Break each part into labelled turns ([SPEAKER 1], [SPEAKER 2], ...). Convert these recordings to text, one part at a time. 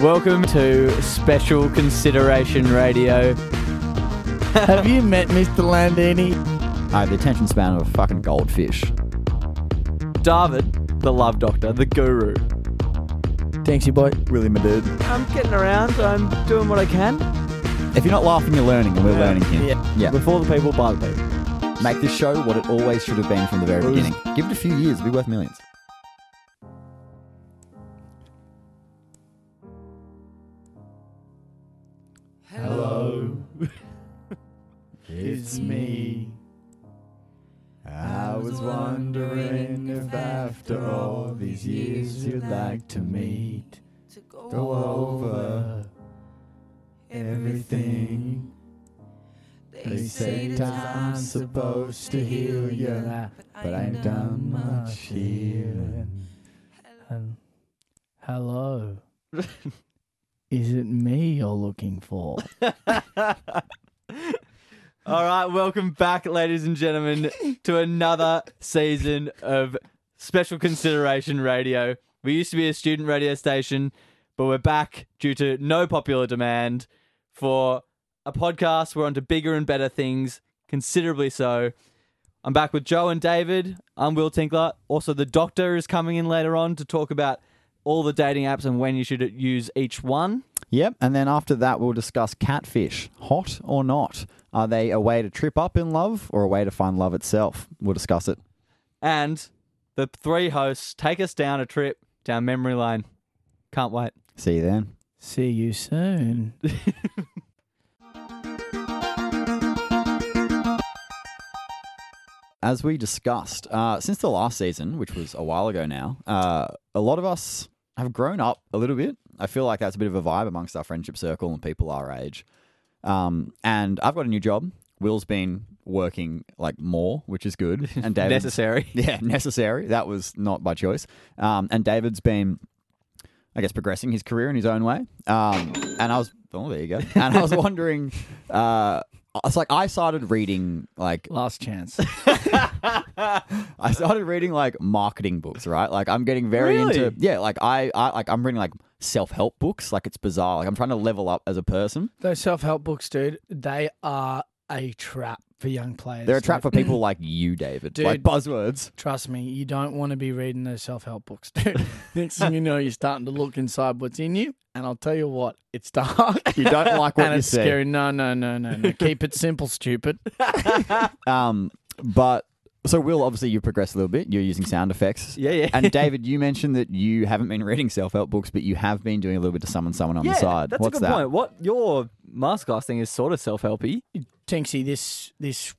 [SPEAKER 1] Welcome to Special Consideration Radio.
[SPEAKER 2] Have you met Mr. Landini?
[SPEAKER 3] I have the attention span of a fucking goldfish.
[SPEAKER 1] David, the love doctor, the guru.
[SPEAKER 2] Thanks, you boy.
[SPEAKER 3] Really, my dude.
[SPEAKER 1] I'm getting around, I'm doing what I can.
[SPEAKER 3] If you're not laughing, you're learning, and we're learning here. Yeah.
[SPEAKER 1] Before the people, by the people.
[SPEAKER 3] Make this show what it always should have been from the very
[SPEAKER 1] Bruce.
[SPEAKER 3] beginning. Give it a few years, it'll be worth millions.
[SPEAKER 2] Hello. it's me. I was wondering if after all these years you'd like to meet,
[SPEAKER 4] to go,
[SPEAKER 2] go over everything. They say time's supposed to heal you, but I ain't done much healing.
[SPEAKER 5] Um, hello. Is it me you're looking for?
[SPEAKER 1] All right, welcome back, ladies and gentlemen, to another season of Special Consideration Radio. We used to be a student radio station, but we're back due to no popular demand for a podcast. We're onto bigger and better things, considerably so. I'm back with Joe and David. I'm Will Tinkler. Also, the doctor is coming in later on to talk about all the dating apps and when you should use each one.
[SPEAKER 3] Yep, and then after that, we'll discuss catfish. Hot or not? Are they a way to trip up in love or a way to find love itself? We'll discuss it.
[SPEAKER 1] and the three hosts take us down a trip down memory lane. Can't wait.
[SPEAKER 3] See you then.
[SPEAKER 5] See you soon.
[SPEAKER 3] As we discussed, uh, since the last season, which was a while ago now, uh, a lot of us have grown up a little bit. I feel like that's a bit of a vibe amongst our friendship circle and people our age. Um, and I've got a new job. Will's been working like more, which is good. And David,
[SPEAKER 1] Necessary.
[SPEAKER 3] yeah, necessary. That was not by choice. Um, and David's been, I guess, progressing his career in his own way. Um, and I was, oh, there you go. And I was wondering, uh, it's like I started reading like
[SPEAKER 5] Last chance.
[SPEAKER 3] I started reading like marketing books, right? Like I'm getting very
[SPEAKER 1] Really?
[SPEAKER 3] into yeah, like I, I like I'm reading like self help books. Like it's bizarre. Like I'm trying to level up as a person.
[SPEAKER 5] Those self help books, dude, they are a trap for young players.
[SPEAKER 3] They're a trap
[SPEAKER 5] Like,
[SPEAKER 3] for people like you, David. Like
[SPEAKER 5] Dude.
[SPEAKER 3] buzzwords.
[SPEAKER 5] Trust me, you don't want to be reading those self help books, dude. Next thing you know, you're starting to look inside what's in you. And I'll tell you what, it's dark.
[SPEAKER 3] You don't like what
[SPEAKER 5] and
[SPEAKER 3] you
[SPEAKER 5] it's
[SPEAKER 3] see.
[SPEAKER 5] scary. No, no, no, no, no. Keep it simple, stupid.
[SPEAKER 3] Um, but so Will, obviously you've progressed a little bit. You're using sound effects.
[SPEAKER 1] Yeah, yeah.
[SPEAKER 3] and David, you mentioned that you haven't been reading self-help books, but you have been doing a little bit to summon someone on the side.
[SPEAKER 1] that's
[SPEAKER 3] What's
[SPEAKER 1] a good
[SPEAKER 3] that?
[SPEAKER 1] point. What your masterclass thing is sort of self-helpy.
[SPEAKER 5] Tinksy, this this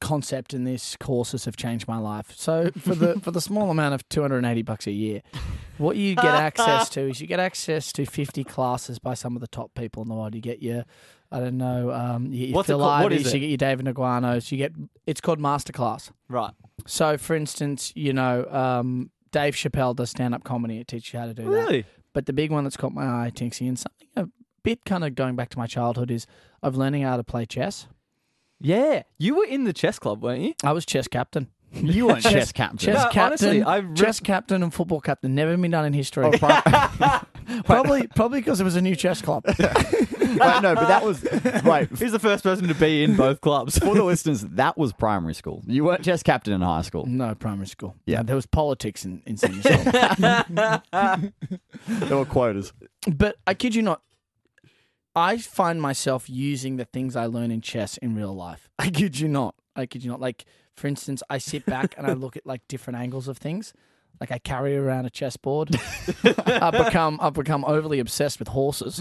[SPEAKER 5] concept and this courses have changed my life. So for the for the small amount of two hundred and eighty bucks a year, what you get access to is you get access to fifty classes by some of the top people in the world. You get your I don't know, um, you get your
[SPEAKER 1] What's it
[SPEAKER 5] Phil
[SPEAKER 1] called? What
[SPEAKER 5] Ivey's,
[SPEAKER 1] is
[SPEAKER 5] you
[SPEAKER 1] it?
[SPEAKER 5] get your David Iguanos, you get it's called Masterclass.
[SPEAKER 1] Right.
[SPEAKER 5] So for instance, you know, um, Dave Chappelle does stand up comedy, it teaches you how to do that.
[SPEAKER 1] Really?
[SPEAKER 5] But the big one that's caught my eye, Tinksy, and something a bit kind of going back to my childhood is of learning how to play chess.
[SPEAKER 1] Yeah. You were in the chess club, weren't you?
[SPEAKER 5] I was chess captain.
[SPEAKER 3] You weren't chess,
[SPEAKER 5] Chess-
[SPEAKER 3] captain.
[SPEAKER 5] Chess
[SPEAKER 1] No,
[SPEAKER 5] captain,
[SPEAKER 1] honestly, I re-
[SPEAKER 5] chess captain, and football captain never been done in history. Oh, probably, probably because it was a new chess club.
[SPEAKER 3] Wait, no, but that was right.
[SPEAKER 1] He's the first person to be in both clubs.
[SPEAKER 3] For the listeners, that was primary school. You weren't chess captain in high school.
[SPEAKER 5] No primary school.
[SPEAKER 3] Yeah.
[SPEAKER 5] No, there was politics in in senior school.
[SPEAKER 3] There were quotas.
[SPEAKER 5] but I kid you not, I find myself using the things I learn in chess in real life. I kid you not. I kid you not. Like for instance, I sit back and I look at like different angles of things. Like I carry around a chessboard. I become I've become overly obsessed with horses.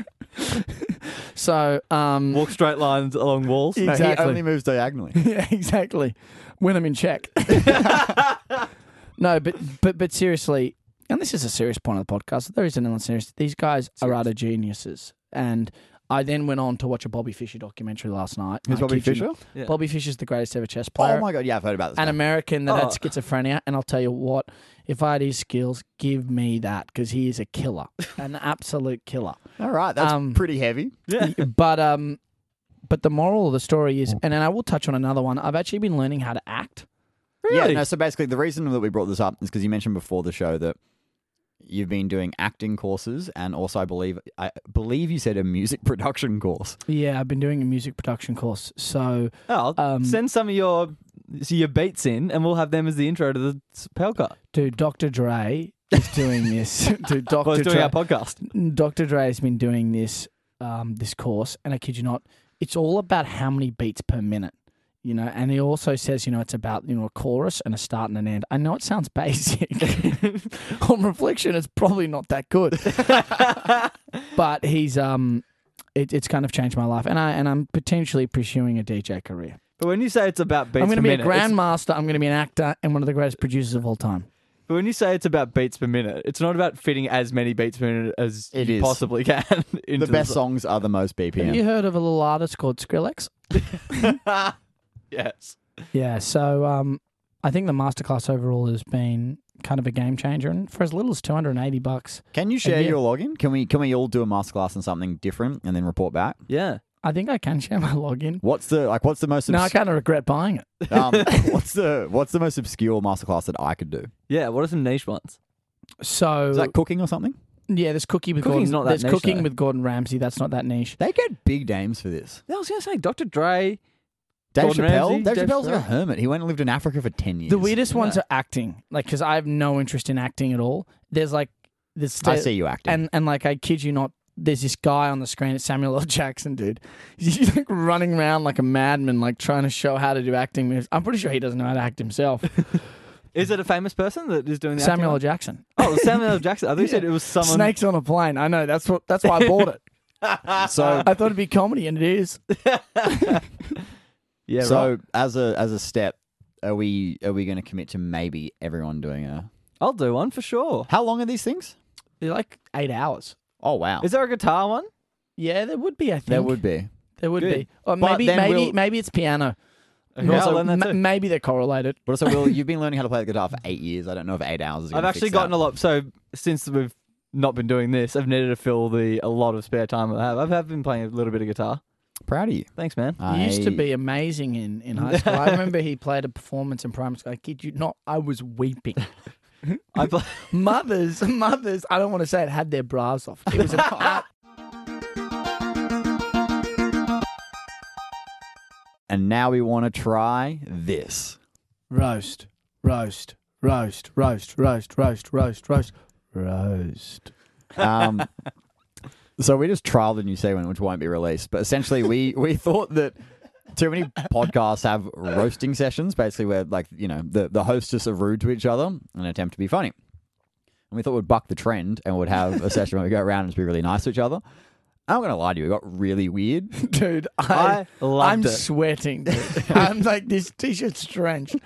[SPEAKER 5] so um,
[SPEAKER 1] Walk straight lines along walls.
[SPEAKER 5] No, he Exactly.
[SPEAKER 3] only
[SPEAKER 5] only
[SPEAKER 3] moves diagonally.
[SPEAKER 5] Yeah, exactly. When I'm in check. no, but but but seriously, and this is a serious point of the podcast. There is an element serious. These guys are utter geniuses, and I then went on to watch a Bobby Fischer documentary last night.
[SPEAKER 3] Who's
[SPEAKER 5] I
[SPEAKER 3] Bobby
[SPEAKER 5] kid you
[SPEAKER 3] Fischer?
[SPEAKER 5] not.
[SPEAKER 1] Yeah.
[SPEAKER 5] Bobby Fischer's the greatest ever chess player.
[SPEAKER 3] Oh my god, yeah, I've heard about this.
[SPEAKER 5] An
[SPEAKER 3] guy.
[SPEAKER 5] American that
[SPEAKER 1] Oh.
[SPEAKER 5] had schizophrenia, and I'll tell you what, if I had his skills, give me that because he is a killer, an absolute killer
[SPEAKER 3] All right, that's
[SPEAKER 5] um,
[SPEAKER 3] pretty heavy.
[SPEAKER 5] but um but the moral of the story
[SPEAKER 3] Oh.
[SPEAKER 5] is and then I will touch on another one. I've actually been learning how to act.
[SPEAKER 3] Yeah,
[SPEAKER 1] Really?
[SPEAKER 3] no, so basically the reason that we brought this up is because you mentioned before the show that you've been doing acting courses, and also I believe I believe you said a music production course.
[SPEAKER 5] Yeah, I've been doing a music production course. So
[SPEAKER 1] Oh, I'll
[SPEAKER 5] Um,
[SPEAKER 1] send some of your so your beats in, and we'll have them as the intro to the s- Pelka.
[SPEAKER 5] dude, Dr. Dre is doing this. dude, Dr.
[SPEAKER 1] Well, it's doing
[SPEAKER 5] Dre.
[SPEAKER 1] our podcast.
[SPEAKER 5] Dr. Dre has been doing this um, this course, and I kid you not, it's all about how many beats per minute. You know, and he also says, you know, it's about you know a chorus and a start and an end. I know it sounds basic. On reflection, it's probably not that good, but he's um, it, it's kind of changed my life, and I and I'm potentially pursuing a DJ career.
[SPEAKER 1] But when you say it's about beats
[SPEAKER 5] I'm going
[SPEAKER 1] per
[SPEAKER 5] to be
[SPEAKER 1] minute,
[SPEAKER 5] a
[SPEAKER 1] it's-
[SPEAKER 5] grandmaster. I'm going to be an actor and one of the greatest producers of all time.
[SPEAKER 1] but when you say it's about beats per minute, it's not about fitting as many beats per minute as
[SPEAKER 3] It
[SPEAKER 1] you
[SPEAKER 3] is.
[SPEAKER 1] possibly can. into
[SPEAKER 3] The best
[SPEAKER 1] song.
[SPEAKER 3] songs are the most
[SPEAKER 5] Have you
[SPEAKER 3] BPM.
[SPEAKER 5] heard of a little artist called Skrillex?
[SPEAKER 1] yes.
[SPEAKER 5] Yeah, so um, I think the masterclass overall has been kind of a game changer, and for as little as two hundred and eighty bucks,
[SPEAKER 3] Can you share
[SPEAKER 5] yeah.
[SPEAKER 3] your login? Can we can we all do a masterclass on something different and then report back?
[SPEAKER 1] Yeah.
[SPEAKER 5] I think I can share my login.
[SPEAKER 3] What's the like? What's the most
[SPEAKER 5] No, I
[SPEAKER 3] obs-
[SPEAKER 5] kind of regret buying it.
[SPEAKER 3] um, what's the what's the most obscure masterclass that I could do?
[SPEAKER 1] Yeah. What are some niche ones?
[SPEAKER 5] So
[SPEAKER 3] Is
[SPEAKER 5] Uh,
[SPEAKER 3] that cooking or something?
[SPEAKER 5] yeah, there's cookie with
[SPEAKER 1] Cooking's
[SPEAKER 5] Gordon.
[SPEAKER 1] not that
[SPEAKER 5] there's
[SPEAKER 1] niche,
[SPEAKER 5] cooking
[SPEAKER 1] though.
[SPEAKER 5] with Gordon Ramsay. That's not that niche.
[SPEAKER 3] They get big names for this.
[SPEAKER 1] I was gonna say Dr. Dre.
[SPEAKER 3] Dave
[SPEAKER 1] Gordon
[SPEAKER 3] Chappelle.
[SPEAKER 1] Ramsay,
[SPEAKER 3] Dave
[SPEAKER 1] Dave
[SPEAKER 3] Chappelle's like a
[SPEAKER 1] Chappelle.
[SPEAKER 3] hermit. He went and lived in Africa for ten years.
[SPEAKER 5] The weirdest ones
[SPEAKER 1] No.
[SPEAKER 5] are acting, like because I have no interest in acting at all. There's like this.
[SPEAKER 3] I see you acting.
[SPEAKER 5] and and like I kid you not, there's this guy on the screen. It's Samuel L. Jackson, dude. He's like running around like a madman, like trying to show how to do acting moves. I'm pretty sure he doesn't know how to act himself.
[SPEAKER 1] Is it a famous person that is doing the acting
[SPEAKER 5] Samuel L.
[SPEAKER 1] one?
[SPEAKER 5] Jackson.
[SPEAKER 1] Oh, Samuel L. Jackson. I thought you said it was someone.
[SPEAKER 5] Snakes on a plane. I know. That's what. That's why I bought it.
[SPEAKER 3] so
[SPEAKER 5] I thought it'd be comedy, and it is.
[SPEAKER 1] Yeah.
[SPEAKER 3] so
[SPEAKER 1] right.
[SPEAKER 3] as a as a step, are we are we going to commit to maybe everyone doing a?
[SPEAKER 1] I'll do one for sure.
[SPEAKER 3] How long are these things?
[SPEAKER 5] They're like eight hours.
[SPEAKER 3] Oh wow,
[SPEAKER 1] Is there a guitar one?
[SPEAKER 5] Yeah, there would be. I think
[SPEAKER 3] there would be.
[SPEAKER 5] There would
[SPEAKER 1] Good.
[SPEAKER 5] be. Or
[SPEAKER 3] But
[SPEAKER 5] maybe
[SPEAKER 3] then
[SPEAKER 5] maybe
[SPEAKER 3] we'll-
[SPEAKER 5] maybe it's piano.
[SPEAKER 1] Okay,
[SPEAKER 5] And
[SPEAKER 1] I'll
[SPEAKER 5] also,
[SPEAKER 1] learn that
[SPEAKER 5] ma-
[SPEAKER 1] too.
[SPEAKER 5] maybe they're correlated.
[SPEAKER 3] But also, Will, you've been learning how to play the guitar for eight years. I don't know if eight hours is.
[SPEAKER 1] I've
[SPEAKER 3] gonna
[SPEAKER 1] actually
[SPEAKER 3] fix that.
[SPEAKER 1] gotten a lot. So since we've not been doing this, I've needed to fill the a lot of spare time that I have. I've have been playing a little bit of guitar.
[SPEAKER 3] proud of you.
[SPEAKER 1] Thanks, man.
[SPEAKER 5] He used to
[SPEAKER 3] I-
[SPEAKER 5] be amazing in, in high school. I remember he played a performance in primary school. I kid you not, I was weeping.
[SPEAKER 1] I play.
[SPEAKER 5] mothers, mothers, I don't want to say it, had their bras off. It was an art.
[SPEAKER 3] And now we want to try this.
[SPEAKER 5] Roast, roast, roast, roast, roast, roast, roast, roast, roast.
[SPEAKER 3] Um, so we just trialed a new segment, which won't be released. But essentially, we we thought that too many podcasts have roasting sessions, basically where like you know the the hostess are rude to each other and attempt to be funny. And we thought we'd buck the trend and would have a session where we go around and just be really nice to each other. I'm not gonna lie to you, it got really weird.
[SPEAKER 5] Dude, I,
[SPEAKER 1] I loved
[SPEAKER 5] I'm
[SPEAKER 1] it.
[SPEAKER 5] sweating. dude. I'm like, this t shirt's drenched.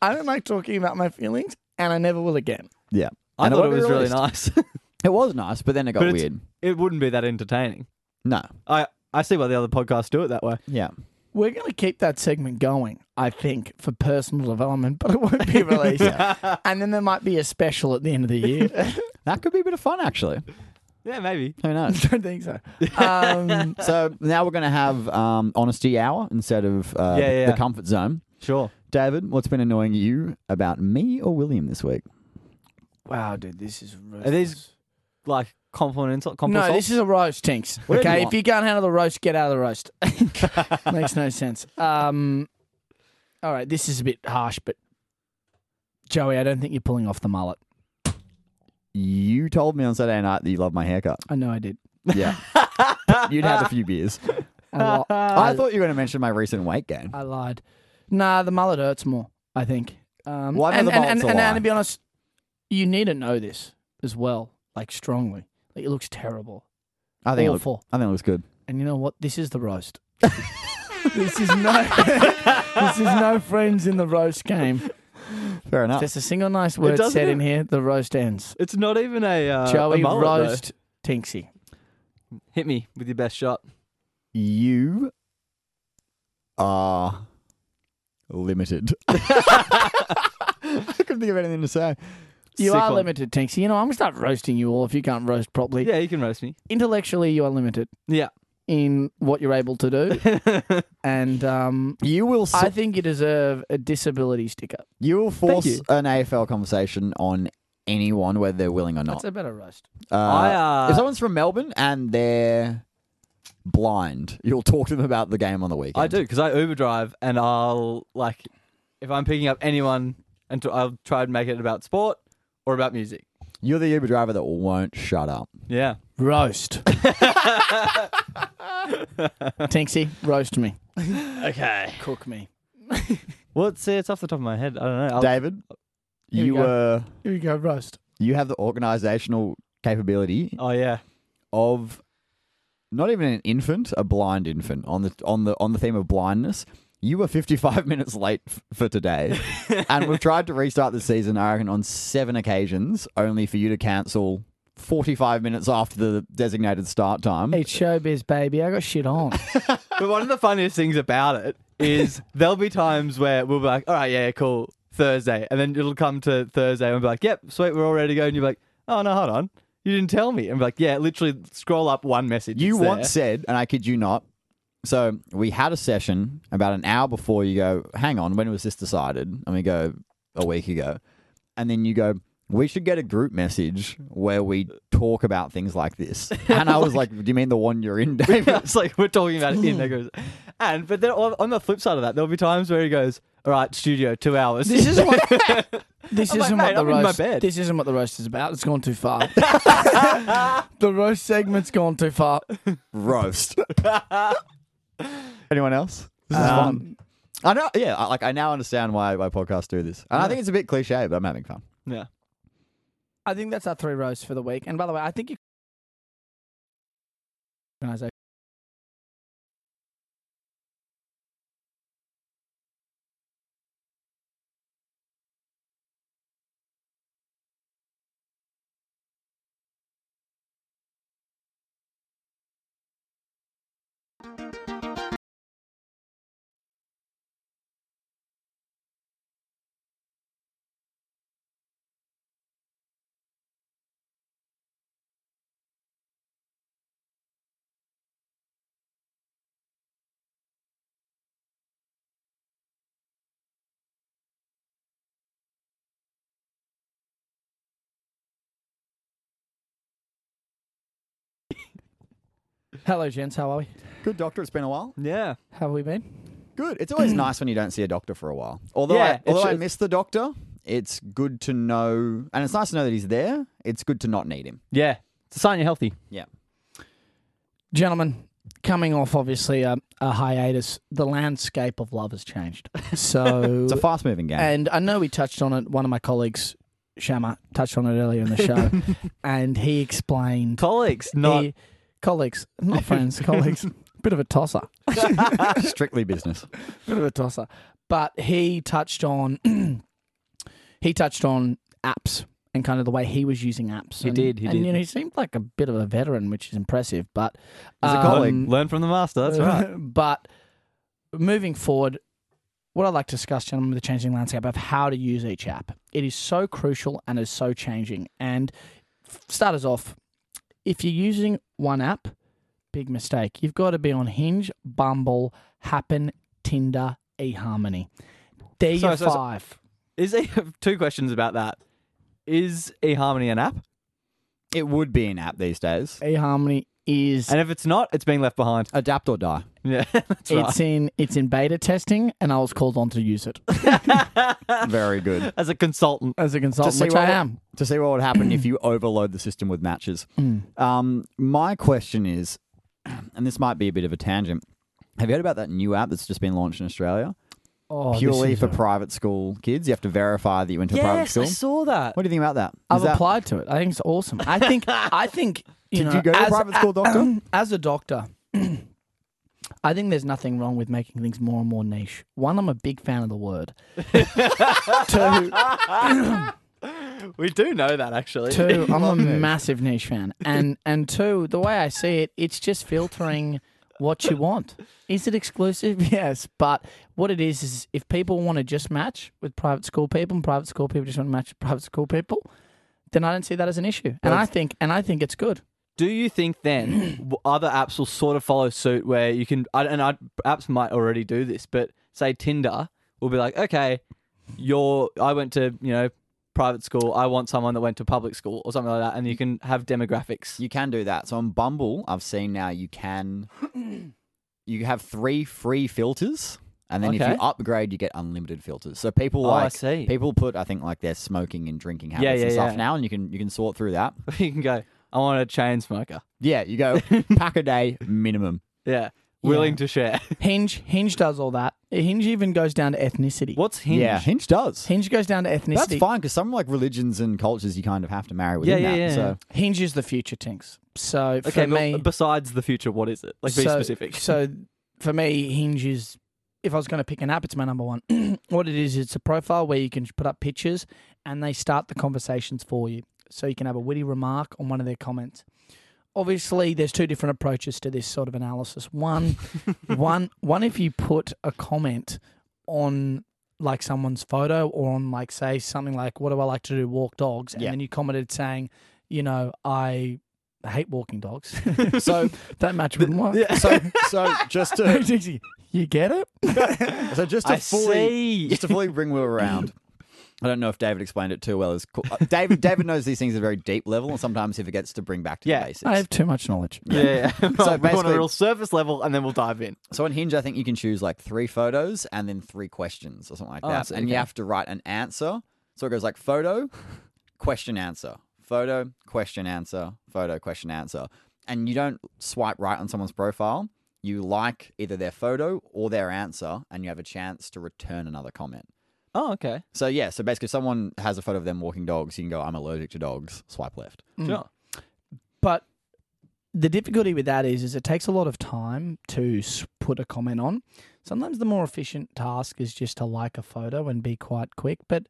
[SPEAKER 5] I don't like talking about my feelings, and I never will again.
[SPEAKER 3] Yeah,
[SPEAKER 1] I
[SPEAKER 3] And
[SPEAKER 1] thought it
[SPEAKER 3] won't be
[SPEAKER 1] was really
[SPEAKER 3] released.
[SPEAKER 1] nice.
[SPEAKER 3] It was nice, but then it got
[SPEAKER 1] But it's-
[SPEAKER 3] weird.
[SPEAKER 1] it wouldn't be that entertaining.
[SPEAKER 3] No,
[SPEAKER 1] I I see why the other podcasts do it that way.
[SPEAKER 3] yeah.
[SPEAKER 5] We're going to keep that segment going, I think, for personal development, but it won't be released. And then there might be a special at the end of the year.
[SPEAKER 3] That could be a bit of fun, actually.
[SPEAKER 1] Yeah, maybe.
[SPEAKER 3] Who knows?
[SPEAKER 5] don't think so. Um,
[SPEAKER 3] so now we're going to have um, honesty hour instead of uh,
[SPEAKER 1] Yeah, yeah,
[SPEAKER 3] the
[SPEAKER 1] yeah.
[SPEAKER 3] comfort zone.
[SPEAKER 1] Sure.
[SPEAKER 3] David, what's been annoying you about me or William this week?
[SPEAKER 5] wow, dude, this is
[SPEAKER 1] Are these like compliment insult?
[SPEAKER 5] no,
[SPEAKER 1] Compliment
[SPEAKER 5] this is a roast, Tinks.
[SPEAKER 3] Whatever you
[SPEAKER 5] okay, if
[SPEAKER 3] want.
[SPEAKER 5] you can't handle the roast, get out of the roast. Makes no sense. Um, all right, this is a bit harsh, but Joey, I don't think you're pulling off the mullet.
[SPEAKER 3] You told me on Saturday night that you love my haircut.
[SPEAKER 5] I know I did.
[SPEAKER 3] Yeah. Uh, You'd had a few beers.
[SPEAKER 5] I, li-
[SPEAKER 3] I
[SPEAKER 5] I,
[SPEAKER 3] thought you were going to mention my recent weight gain.
[SPEAKER 5] I lied. Nah, the mullet hurts more. I think. Um,
[SPEAKER 3] Well, I know
[SPEAKER 5] and,
[SPEAKER 3] the
[SPEAKER 5] and,
[SPEAKER 3] mullet's
[SPEAKER 5] and,
[SPEAKER 3] a
[SPEAKER 5] and,
[SPEAKER 3] lie.
[SPEAKER 5] and to be honest, you need to know this as well, like strongly. Like it looks terrible,
[SPEAKER 3] I think, it look,
[SPEAKER 5] awful.
[SPEAKER 3] I think it looks good.
[SPEAKER 5] And you know what? This is the roast. this is no This is no friends in the roast game.
[SPEAKER 3] Fair enough.
[SPEAKER 5] There's a single nice word
[SPEAKER 1] doesn't
[SPEAKER 5] said
[SPEAKER 1] Uh, it-
[SPEAKER 5] in here, the roast ends.
[SPEAKER 1] It's not even a uh,
[SPEAKER 5] Joey
[SPEAKER 1] a mullet, though.
[SPEAKER 5] roast Tinksy.
[SPEAKER 1] Hit me with your best shot.
[SPEAKER 3] you are limited. I couldn't think of anything to say.
[SPEAKER 5] You
[SPEAKER 1] Sick
[SPEAKER 5] are
[SPEAKER 1] one.
[SPEAKER 5] limited, Tinksy. You know, I'm gonna start roasting you all if you can't roast properly.
[SPEAKER 1] Yeah, you can roast me.
[SPEAKER 5] Intellectually you are limited
[SPEAKER 1] Yeah.
[SPEAKER 5] in what you're able to do. Uh, and um
[SPEAKER 3] You will so-
[SPEAKER 5] I think you deserve a disability sticker.
[SPEAKER 3] You will force
[SPEAKER 1] you.
[SPEAKER 3] an AFL conversation on anyone whether they're willing or not.
[SPEAKER 5] That's a better roast.
[SPEAKER 3] Uh,
[SPEAKER 1] I, uh,
[SPEAKER 3] if someone's from Melbourne and they're blind, you'll talk to them about the game on the weekend.
[SPEAKER 1] I do because I Uber drive and I'll like if I'm picking up anyone, and t- I'll try and make it about sport or about music.
[SPEAKER 3] You're the Uber driver that won't shut up.
[SPEAKER 1] Yeah,
[SPEAKER 5] Roast. Tinksy, roast me. okay. Cook me.
[SPEAKER 1] well, it's, it's off the top of my head. I don't know. I'll-
[SPEAKER 3] David,
[SPEAKER 5] Here we
[SPEAKER 3] you
[SPEAKER 5] go.
[SPEAKER 3] were
[SPEAKER 5] Here we go, roast.
[SPEAKER 3] you have the organizational capability
[SPEAKER 1] oh yeah,
[SPEAKER 3] of not even an infant, a blind infant on the on the on the theme of blindness. You were 55 minutes late f- for today, and we've tried to restart the season. I reckon on seven occasions, only for you to cancel 45 minutes after the designated start time.
[SPEAKER 5] It's showbiz, baby. I got shit on.
[SPEAKER 1] but one of the funniest things about it is there'll be times where we'll be like, all right, yeah, cool, Thursday. And then it'll come to Thursday and we'll be like, yep, sweet, we're all ready to go. And you're like, oh, no, hold on. You didn't tell me. And be like, yeah, literally scroll up one message.
[SPEAKER 3] You
[SPEAKER 1] it's there.
[SPEAKER 3] once said, and I kid you not. So we had a session about an hour before you go, hang on, when was this decided? And we go, a week ago. And then you go, we should get a group message where we talk about things like this. And I was like, do you mean the one you're in, David?
[SPEAKER 1] it's like we're talking about it in there goes and but then on on the flip side of that there'll be times where he goes all right studio two hours
[SPEAKER 5] This isn't what. This
[SPEAKER 1] I'm like,
[SPEAKER 5] isn't
[SPEAKER 1] "Mate,
[SPEAKER 5] what the
[SPEAKER 1] I'm in my
[SPEAKER 5] roast.
[SPEAKER 1] bed."
[SPEAKER 5] This isn't what the roast is about. It's gone too far. the roast segment's gone too far.
[SPEAKER 3] Roast. Anyone else? This is
[SPEAKER 5] Um,
[SPEAKER 3] fun. I know, yeah. I, like I now understand why why podcasts do this, and I think it's a bit cliche, but I'm having fun.
[SPEAKER 1] yeah
[SPEAKER 5] I think that's our three roasts for the week. And by the way, I think you. Organisation. Hello, gents. How are we?
[SPEAKER 3] Good doctor, it's been a while.
[SPEAKER 1] yeah
[SPEAKER 5] How have we been?
[SPEAKER 3] Good. It's always nice when you don't see a doctor for a while. Although,
[SPEAKER 1] Yeah,
[SPEAKER 3] I,
[SPEAKER 1] it
[SPEAKER 3] although I
[SPEAKER 1] should-
[SPEAKER 3] miss the doctor, it's good to know, and it's nice to know that he's there. It's good to not need him.
[SPEAKER 1] yeah it's a sign you're healthy
[SPEAKER 5] gentlemen, coming off obviously a, a hiatus, the landscape of love has changed. So,
[SPEAKER 3] It's a fast-moving game.
[SPEAKER 5] and I know we touched on it. One of my colleagues, Shama, touched on it earlier in the show, and he explained.
[SPEAKER 1] colleagues not
[SPEAKER 5] he- colleagues, not friends, colleagues. Bit of a tosser,
[SPEAKER 3] Strictly business.
[SPEAKER 5] bit of a tosser. But he touched on, he touched on apps and kind of the way he was using apps.
[SPEAKER 1] He
[SPEAKER 5] and,
[SPEAKER 1] did, he
[SPEAKER 5] and
[SPEAKER 1] did.
[SPEAKER 5] you know, he seemed like a bit of a veteran, which is impressive. But
[SPEAKER 3] He's a
[SPEAKER 5] um,
[SPEAKER 3] colleague.
[SPEAKER 1] learn from the master that's right
[SPEAKER 5] Uh, but moving forward, what I'd like to discuss, gentlemen, with the changing landscape of how to use each app. It is so crucial and is so changing. And f- start us off. If you're using one app, big mistake. You've got to be on Hinge, Bumble, Happen, Tinder, eHarmony. There
[SPEAKER 1] Sorry, sorry,
[SPEAKER 5] you
[SPEAKER 1] sorry.
[SPEAKER 5] five.
[SPEAKER 1] is he two questions about that is eharmony an app
[SPEAKER 3] It would be an app these days.
[SPEAKER 5] eHarmony is
[SPEAKER 1] and if it's not it's being left behind
[SPEAKER 3] Adapt or die.
[SPEAKER 1] yeah that's right
[SPEAKER 5] it's in it's in beta testing, and I was called on to use it
[SPEAKER 3] Very good.
[SPEAKER 1] as a consultant
[SPEAKER 5] as a consultant,
[SPEAKER 3] see
[SPEAKER 5] which
[SPEAKER 3] what-
[SPEAKER 5] I am.
[SPEAKER 3] to see what would happen if you overload the system with matches.
[SPEAKER 5] Mm.
[SPEAKER 3] Um, my question is, and this might be a bit of a tangent. Have you heard about that new app that's just been launched in Australia?
[SPEAKER 5] Oh, this
[SPEAKER 3] Purely
[SPEAKER 5] is
[SPEAKER 3] for
[SPEAKER 5] a-
[SPEAKER 3] private school kids. You have to verify that you went to private
[SPEAKER 1] yes
[SPEAKER 3] school.
[SPEAKER 1] i saw that
[SPEAKER 3] What do you think about that? Is
[SPEAKER 5] I've
[SPEAKER 3] that-
[SPEAKER 5] applied to it. I think it's awesome. I think I think you
[SPEAKER 3] Did
[SPEAKER 5] know,
[SPEAKER 3] you go to
[SPEAKER 5] as,
[SPEAKER 3] private school, doctor?
[SPEAKER 5] As a doctor, I think there's nothing wrong with making things more and more niche. One, I'm a big fan of the word. two,
[SPEAKER 1] we do know that actually
[SPEAKER 5] two, I'm a massive niche fan. And and two, the way I see it, it's just filtering what you want. Is it exclusive? Yes, but what it is is if people want to just match with private school people and private school people just want to match with private school people, then I don't see that as an issue. And I think and I think it's good.
[SPEAKER 1] Do you think then w- other apps will sort of follow suit where you can, I- and I, apps might already do this, but say Tinder will be like, okay, you're, I went to, you know, private school. I want someone that went to public school or something like that, and you can have demographics.
[SPEAKER 3] You can do that. So on Bumble, I've seen now you can you have three free filters, and then if
[SPEAKER 1] Okay.
[SPEAKER 3] you upgrade, you get unlimited filters. So people
[SPEAKER 1] Oh, I
[SPEAKER 3] like
[SPEAKER 1] see.
[SPEAKER 3] people put I think like their smoking and drinking habits
[SPEAKER 1] yeah,
[SPEAKER 3] and stuff
[SPEAKER 1] yeah.
[SPEAKER 3] now, and you can you can sort through that.
[SPEAKER 1] you can go. I want a chain smoker.
[SPEAKER 3] Yeah, you go pack a day minimum.
[SPEAKER 1] Yeah, willing to share.
[SPEAKER 5] Hinge Hinge does all that. Hinge even goes down to ethnicity.
[SPEAKER 1] What's hinge?
[SPEAKER 3] Yeah, Hinge does.
[SPEAKER 5] Hinge goes down to ethnicity.
[SPEAKER 3] That's fine because some like religions and cultures you kind of have to marry within
[SPEAKER 1] yeah,
[SPEAKER 3] that.
[SPEAKER 1] yeah,
[SPEAKER 3] so
[SPEAKER 1] yeah.
[SPEAKER 5] Hinge is the future, Tinks. So
[SPEAKER 1] Okay,
[SPEAKER 5] for me,
[SPEAKER 1] but besides the future, what is it? Like, be
[SPEAKER 5] so,
[SPEAKER 1] specific.
[SPEAKER 5] So for me, Hinge is if I was going to pick an app, it's my number one. what it is, it's a profile where you can put up pictures and they start the conversations for you. So you can have a witty remark on one of their comments. Obviously, there's two different approaches to this sort of analysis. One, one, one. If you put a comment on like someone's photo or on like say something like "What do I like to do? Walk dogs," and
[SPEAKER 3] Yeah.
[SPEAKER 5] then you commented saying, you know, I hate walking dogs.
[SPEAKER 3] so
[SPEAKER 5] that match wouldn't work.
[SPEAKER 3] so so just to
[SPEAKER 5] Dixie, you get it?
[SPEAKER 3] so just to
[SPEAKER 1] I
[SPEAKER 3] fully
[SPEAKER 1] see.
[SPEAKER 3] just to fully bring Will around. I don't know if David explained it too well. As cool. uh, David, David knows these things at a very deep level, and sometimes he forgets to bring back to
[SPEAKER 1] Yeah,
[SPEAKER 3] the basics.
[SPEAKER 5] I have too much knowledge.
[SPEAKER 1] yeah, yeah.
[SPEAKER 3] So
[SPEAKER 1] we want a
[SPEAKER 3] basically-
[SPEAKER 1] real surface level, and then we'll dive in.
[SPEAKER 3] So on Hinge, I think you can choose like three photos and then three questions or something like
[SPEAKER 1] Oh, I
[SPEAKER 3] that,
[SPEAKER 1] see,
[SPEAKER 3] and you
[SPEAKER 1] okay.
[SPEAKER 3] have to write an answer. So it goes like photo, question, answer, photo, question, answer, photo, question, answer, and you don't swipe right on someone's profile. You like either their photo or their answer, and you have a chance to return another comment.
[SPEAKER 1] Oh, okay.
[SPEAKER 3] So yeah, so basically, if someone has a photo of them walking dogs. You can go, "I'm allergic to dogs." Swipe left.
[SPEAKER 1] Sure.
[SPEAKER 5] Mm. But the difficulty with that is, is it takes a lot of time to s- put a comment on. Sometimes the more efficient task is just to like a photo and be quite quick. But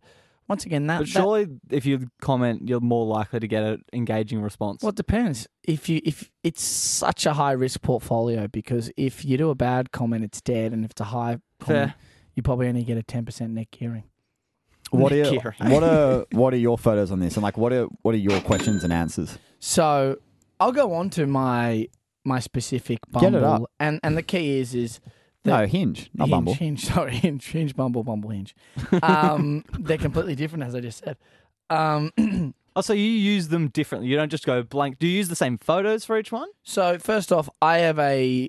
[SPEAKER 5] once again, that,
[SPEAKER 1] But
[SPEAKER 5] that-
[SPEAKER 1] surely, if you comment, you're more likely to get an engaging response.
[SPEAKER 5] well, it depends. If you if it's such a high risk portfolio because if you do a bad comment, it's dead, and if it's a high comment,
[SPEAKER 1] Fair.
[SPEAKER 5] you probably only get a ten percent net gearing.
[SPEAKER 3] What are
[SPEAKER 1] Nick Geary.
[SPEAKER 3] what are what are your photos on this? And like, what are what are your questions and answers?
[SPEAKER 5] So I'll go on to my my specific
[SPEAKER 3] Get
[SPEAKER 5] Bumble,
[SPEAKER 3] it up.
[SPEAKER 5] and and the key is is
[SPEAKER 3] No, Hinge, not
[SPEAKER 5] hinge,
[SPEAKER 3] Bumble.
[SPEAKER 5] hinge, sorry, hinge, hinge, Bumble, Bumble, hinge. Um, they're completely different, as I just said. Um,
[SPEAKER 1] oh, so you use them differently. You don't just go blank. Do you use the same photos for each one?
[SPEAKER 5] so first off, I have a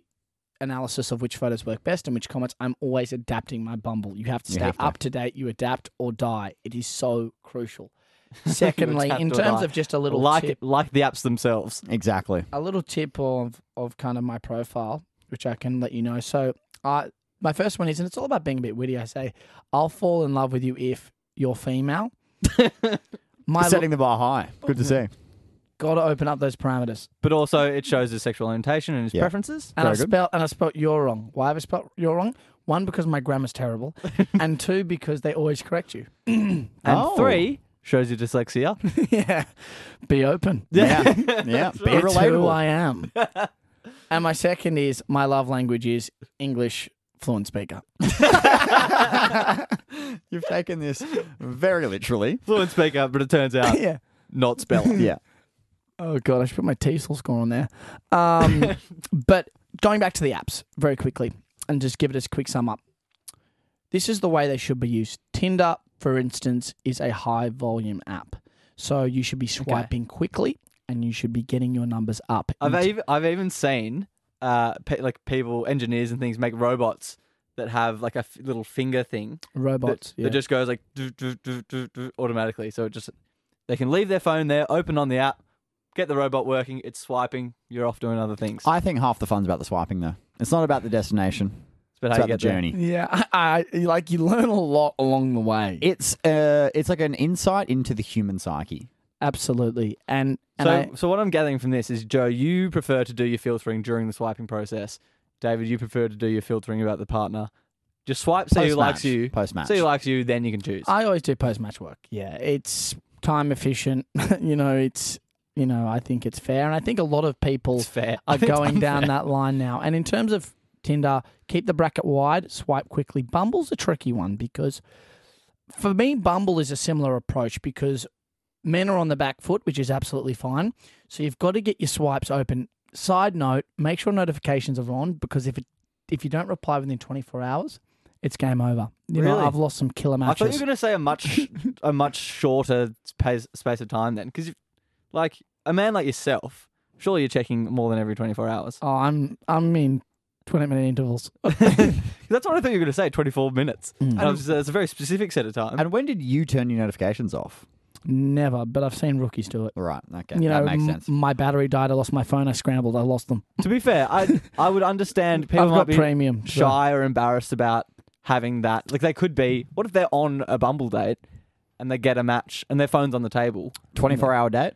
[SPEAKER 5] analysis of which photos work best and which comments. I'm always adapting my Bumble. You have to
[SPEAKER 3] You
[SPEAKER 5] stay
[SPEAKER 3] have to.
[SPEAKER 5] up to date. You adapt or die. It is so crucial. Secondly,
[SPEAKER 1] adapt
[SPEAKER 5] in
[SPEAKER 1] or
[SPEAKER 5] terms
[SPEAKER 1] die.
[SPEAKER 5] of just a little
[SPEAKER 1] like
[SPEAKER 5] tip,
[SPEAKER 1] like the apps themselves.
[SPEAKER 3] Exactly.
[SPEAKER 5] a little tip of of kind of my profile, which I can let you know. So, I my first one is, and it's all about being a bit witty. I say, I'll fall in love with you if you're female. my lo-
[SPEAKER 3] Setting the bar high. Good to see.
[SPEAKER 5] gotta open up those parameters.
[SPEAKER 1] But also, it shows his sexual orientation and his
[SPEAKER 3] Yeah.
[SPEAKER 1] preferences.
[SPEAKER 5] And
[SPEAKER 3] Very
[SPEAKER 5] I
[SPEAKER 3] good.
[SPEAKER 5] spelt and I spelt you're wrong. Why have I spelt you're wrong? One because my grammar's terrible, and two because they always correct you.
[SPEAKER 1] And
[SPEAKER 3] Oh.
[SPEAKER 1] three shows your dyslexia.
[SPEAKER 5] yeah, be open.
[SPEAKER 3] Yeah. Yeah. Be
[SPEAKER 5] It's who
[SPEAKER 3] relatable.
[SPEAKER 5] I am. and my second is my love language is English fluent speaker.
[SPEAKER 3] You've taken this very literally.
[SPEAKER 1] Fluent speaker, but it turns out
[SPEAKER 5] yeah.
[SPEAKER 1] not spelling.
[SPEAKER 3] Yeah.
[SPEAKER 5] Oh god, I should put my TESOL score on there. Um, but going back to the apps very quickly and just give it a quick sum up. This is the way they should be used. Tinder, for instance, is a high volume app, so you should be swiping quickly and you should be getting your numbers up.
[SPEAKER 1] I've even I've even seen uh pe- like people engineers and things make robots that have like a f- little finger thing that,
[SPEAKER 5] robots. yeah.
[SPEAKER 1] that just goes like do, do, do, do, do, automatically. So it just they can leave their phone there, open on the app, get the robot working, it's swiping, you're off doing other things.
[SPEAKER 3] I think half the fun's about the swiping though. It's not about the destination.
[SPEAKER 1] but
[SPEAKER 3] It's
[SPEAKER 1] how you
[SPEAKER 3] about the
[SPEAKER 1] get there.
[SPEAKER 3] journey.
[SPEAKER 5] yeah, I, I like you learn a lot along the way.
[SPEAKER 3] It's uh it's like an insight into the human psyche.
[SPEAKER 5] Absolutely, and, and
[SPEAKER 1] So,
[SPEAKER 5] I,
[SPEAKER 1] so what I'm gathering from this is, Joe, you prefer to do your filtering during the swiping process. David, you prefer to do your filtering about the partner. Just swipe, see who likes you.
[SPEAKER 3] Post match.
[SPEAKER 1] See who likes you, then you can choose.
[SPEAKER 5] I always do post match work. Yeah, it's time efficient. you know, it's you know, I think it's fair, and I think a lot of people
[SPEAKER 1] It's fair.
[SPEAKER 5] are going down that line now. And in terms of Tinder, keep the bracket wide, swipe quickly. Bumble's a tricky one because for me, Bumble is a similar approach because men are on the back foot, which is absolutely fine. So you've got to get your swipes open. Side note, make sure notifications are on because if it if you don't reply within 24 hours, it's game over. You know,
[SPEAKER 1] Really?
[SPEAKER 5] I've lost some killer
[SPEAKER 1] I thought you
[SPEAKER 5] matches.
[SPEAKER 1] were going to say a much a much shorter space, space of time then, because like a man like yourself, surely you're checking more than every 24 hours.
[SPEAKER 5] oh, I'm I'm in twenty minute intervals.
[SPEAKER 1] That's what I thought you were going to say, 24 minutes.
[SPEAKER 3] Hmm.
[SPEAKER 5] Mm.
[SPEAKER 1] And I was, uh, it's a very specific set of time.
[SPEAKER 3] And when did you turn your notifications off?
[SPEAKER 5] Never, but I've seen rookies do it.
[SPEAKER 3] Right. Okay.
[SPEAKER 5] You know,
[SPEAKER 3] that makes
[SPEAKER 5] m-
[SPEAKER 3] sense.
[SPEAKER 5] my battery died. I lost my phone. I scrambled. I lost them.
[SPEAKER 1] to be fair, I I would understand people
[SPEAKER 5] I've
[SPEAKER 1] might
[SPEAKER 5] got
[SPEAKER 1] be
[SPEAKER 5] premium. so-
[SPEAKER 1] shy or embarrassed about having that. Like they could be. What if they're on a Bumble date and they get a match and their phone's on the table?
[SPEAKER 3] 24 hour date?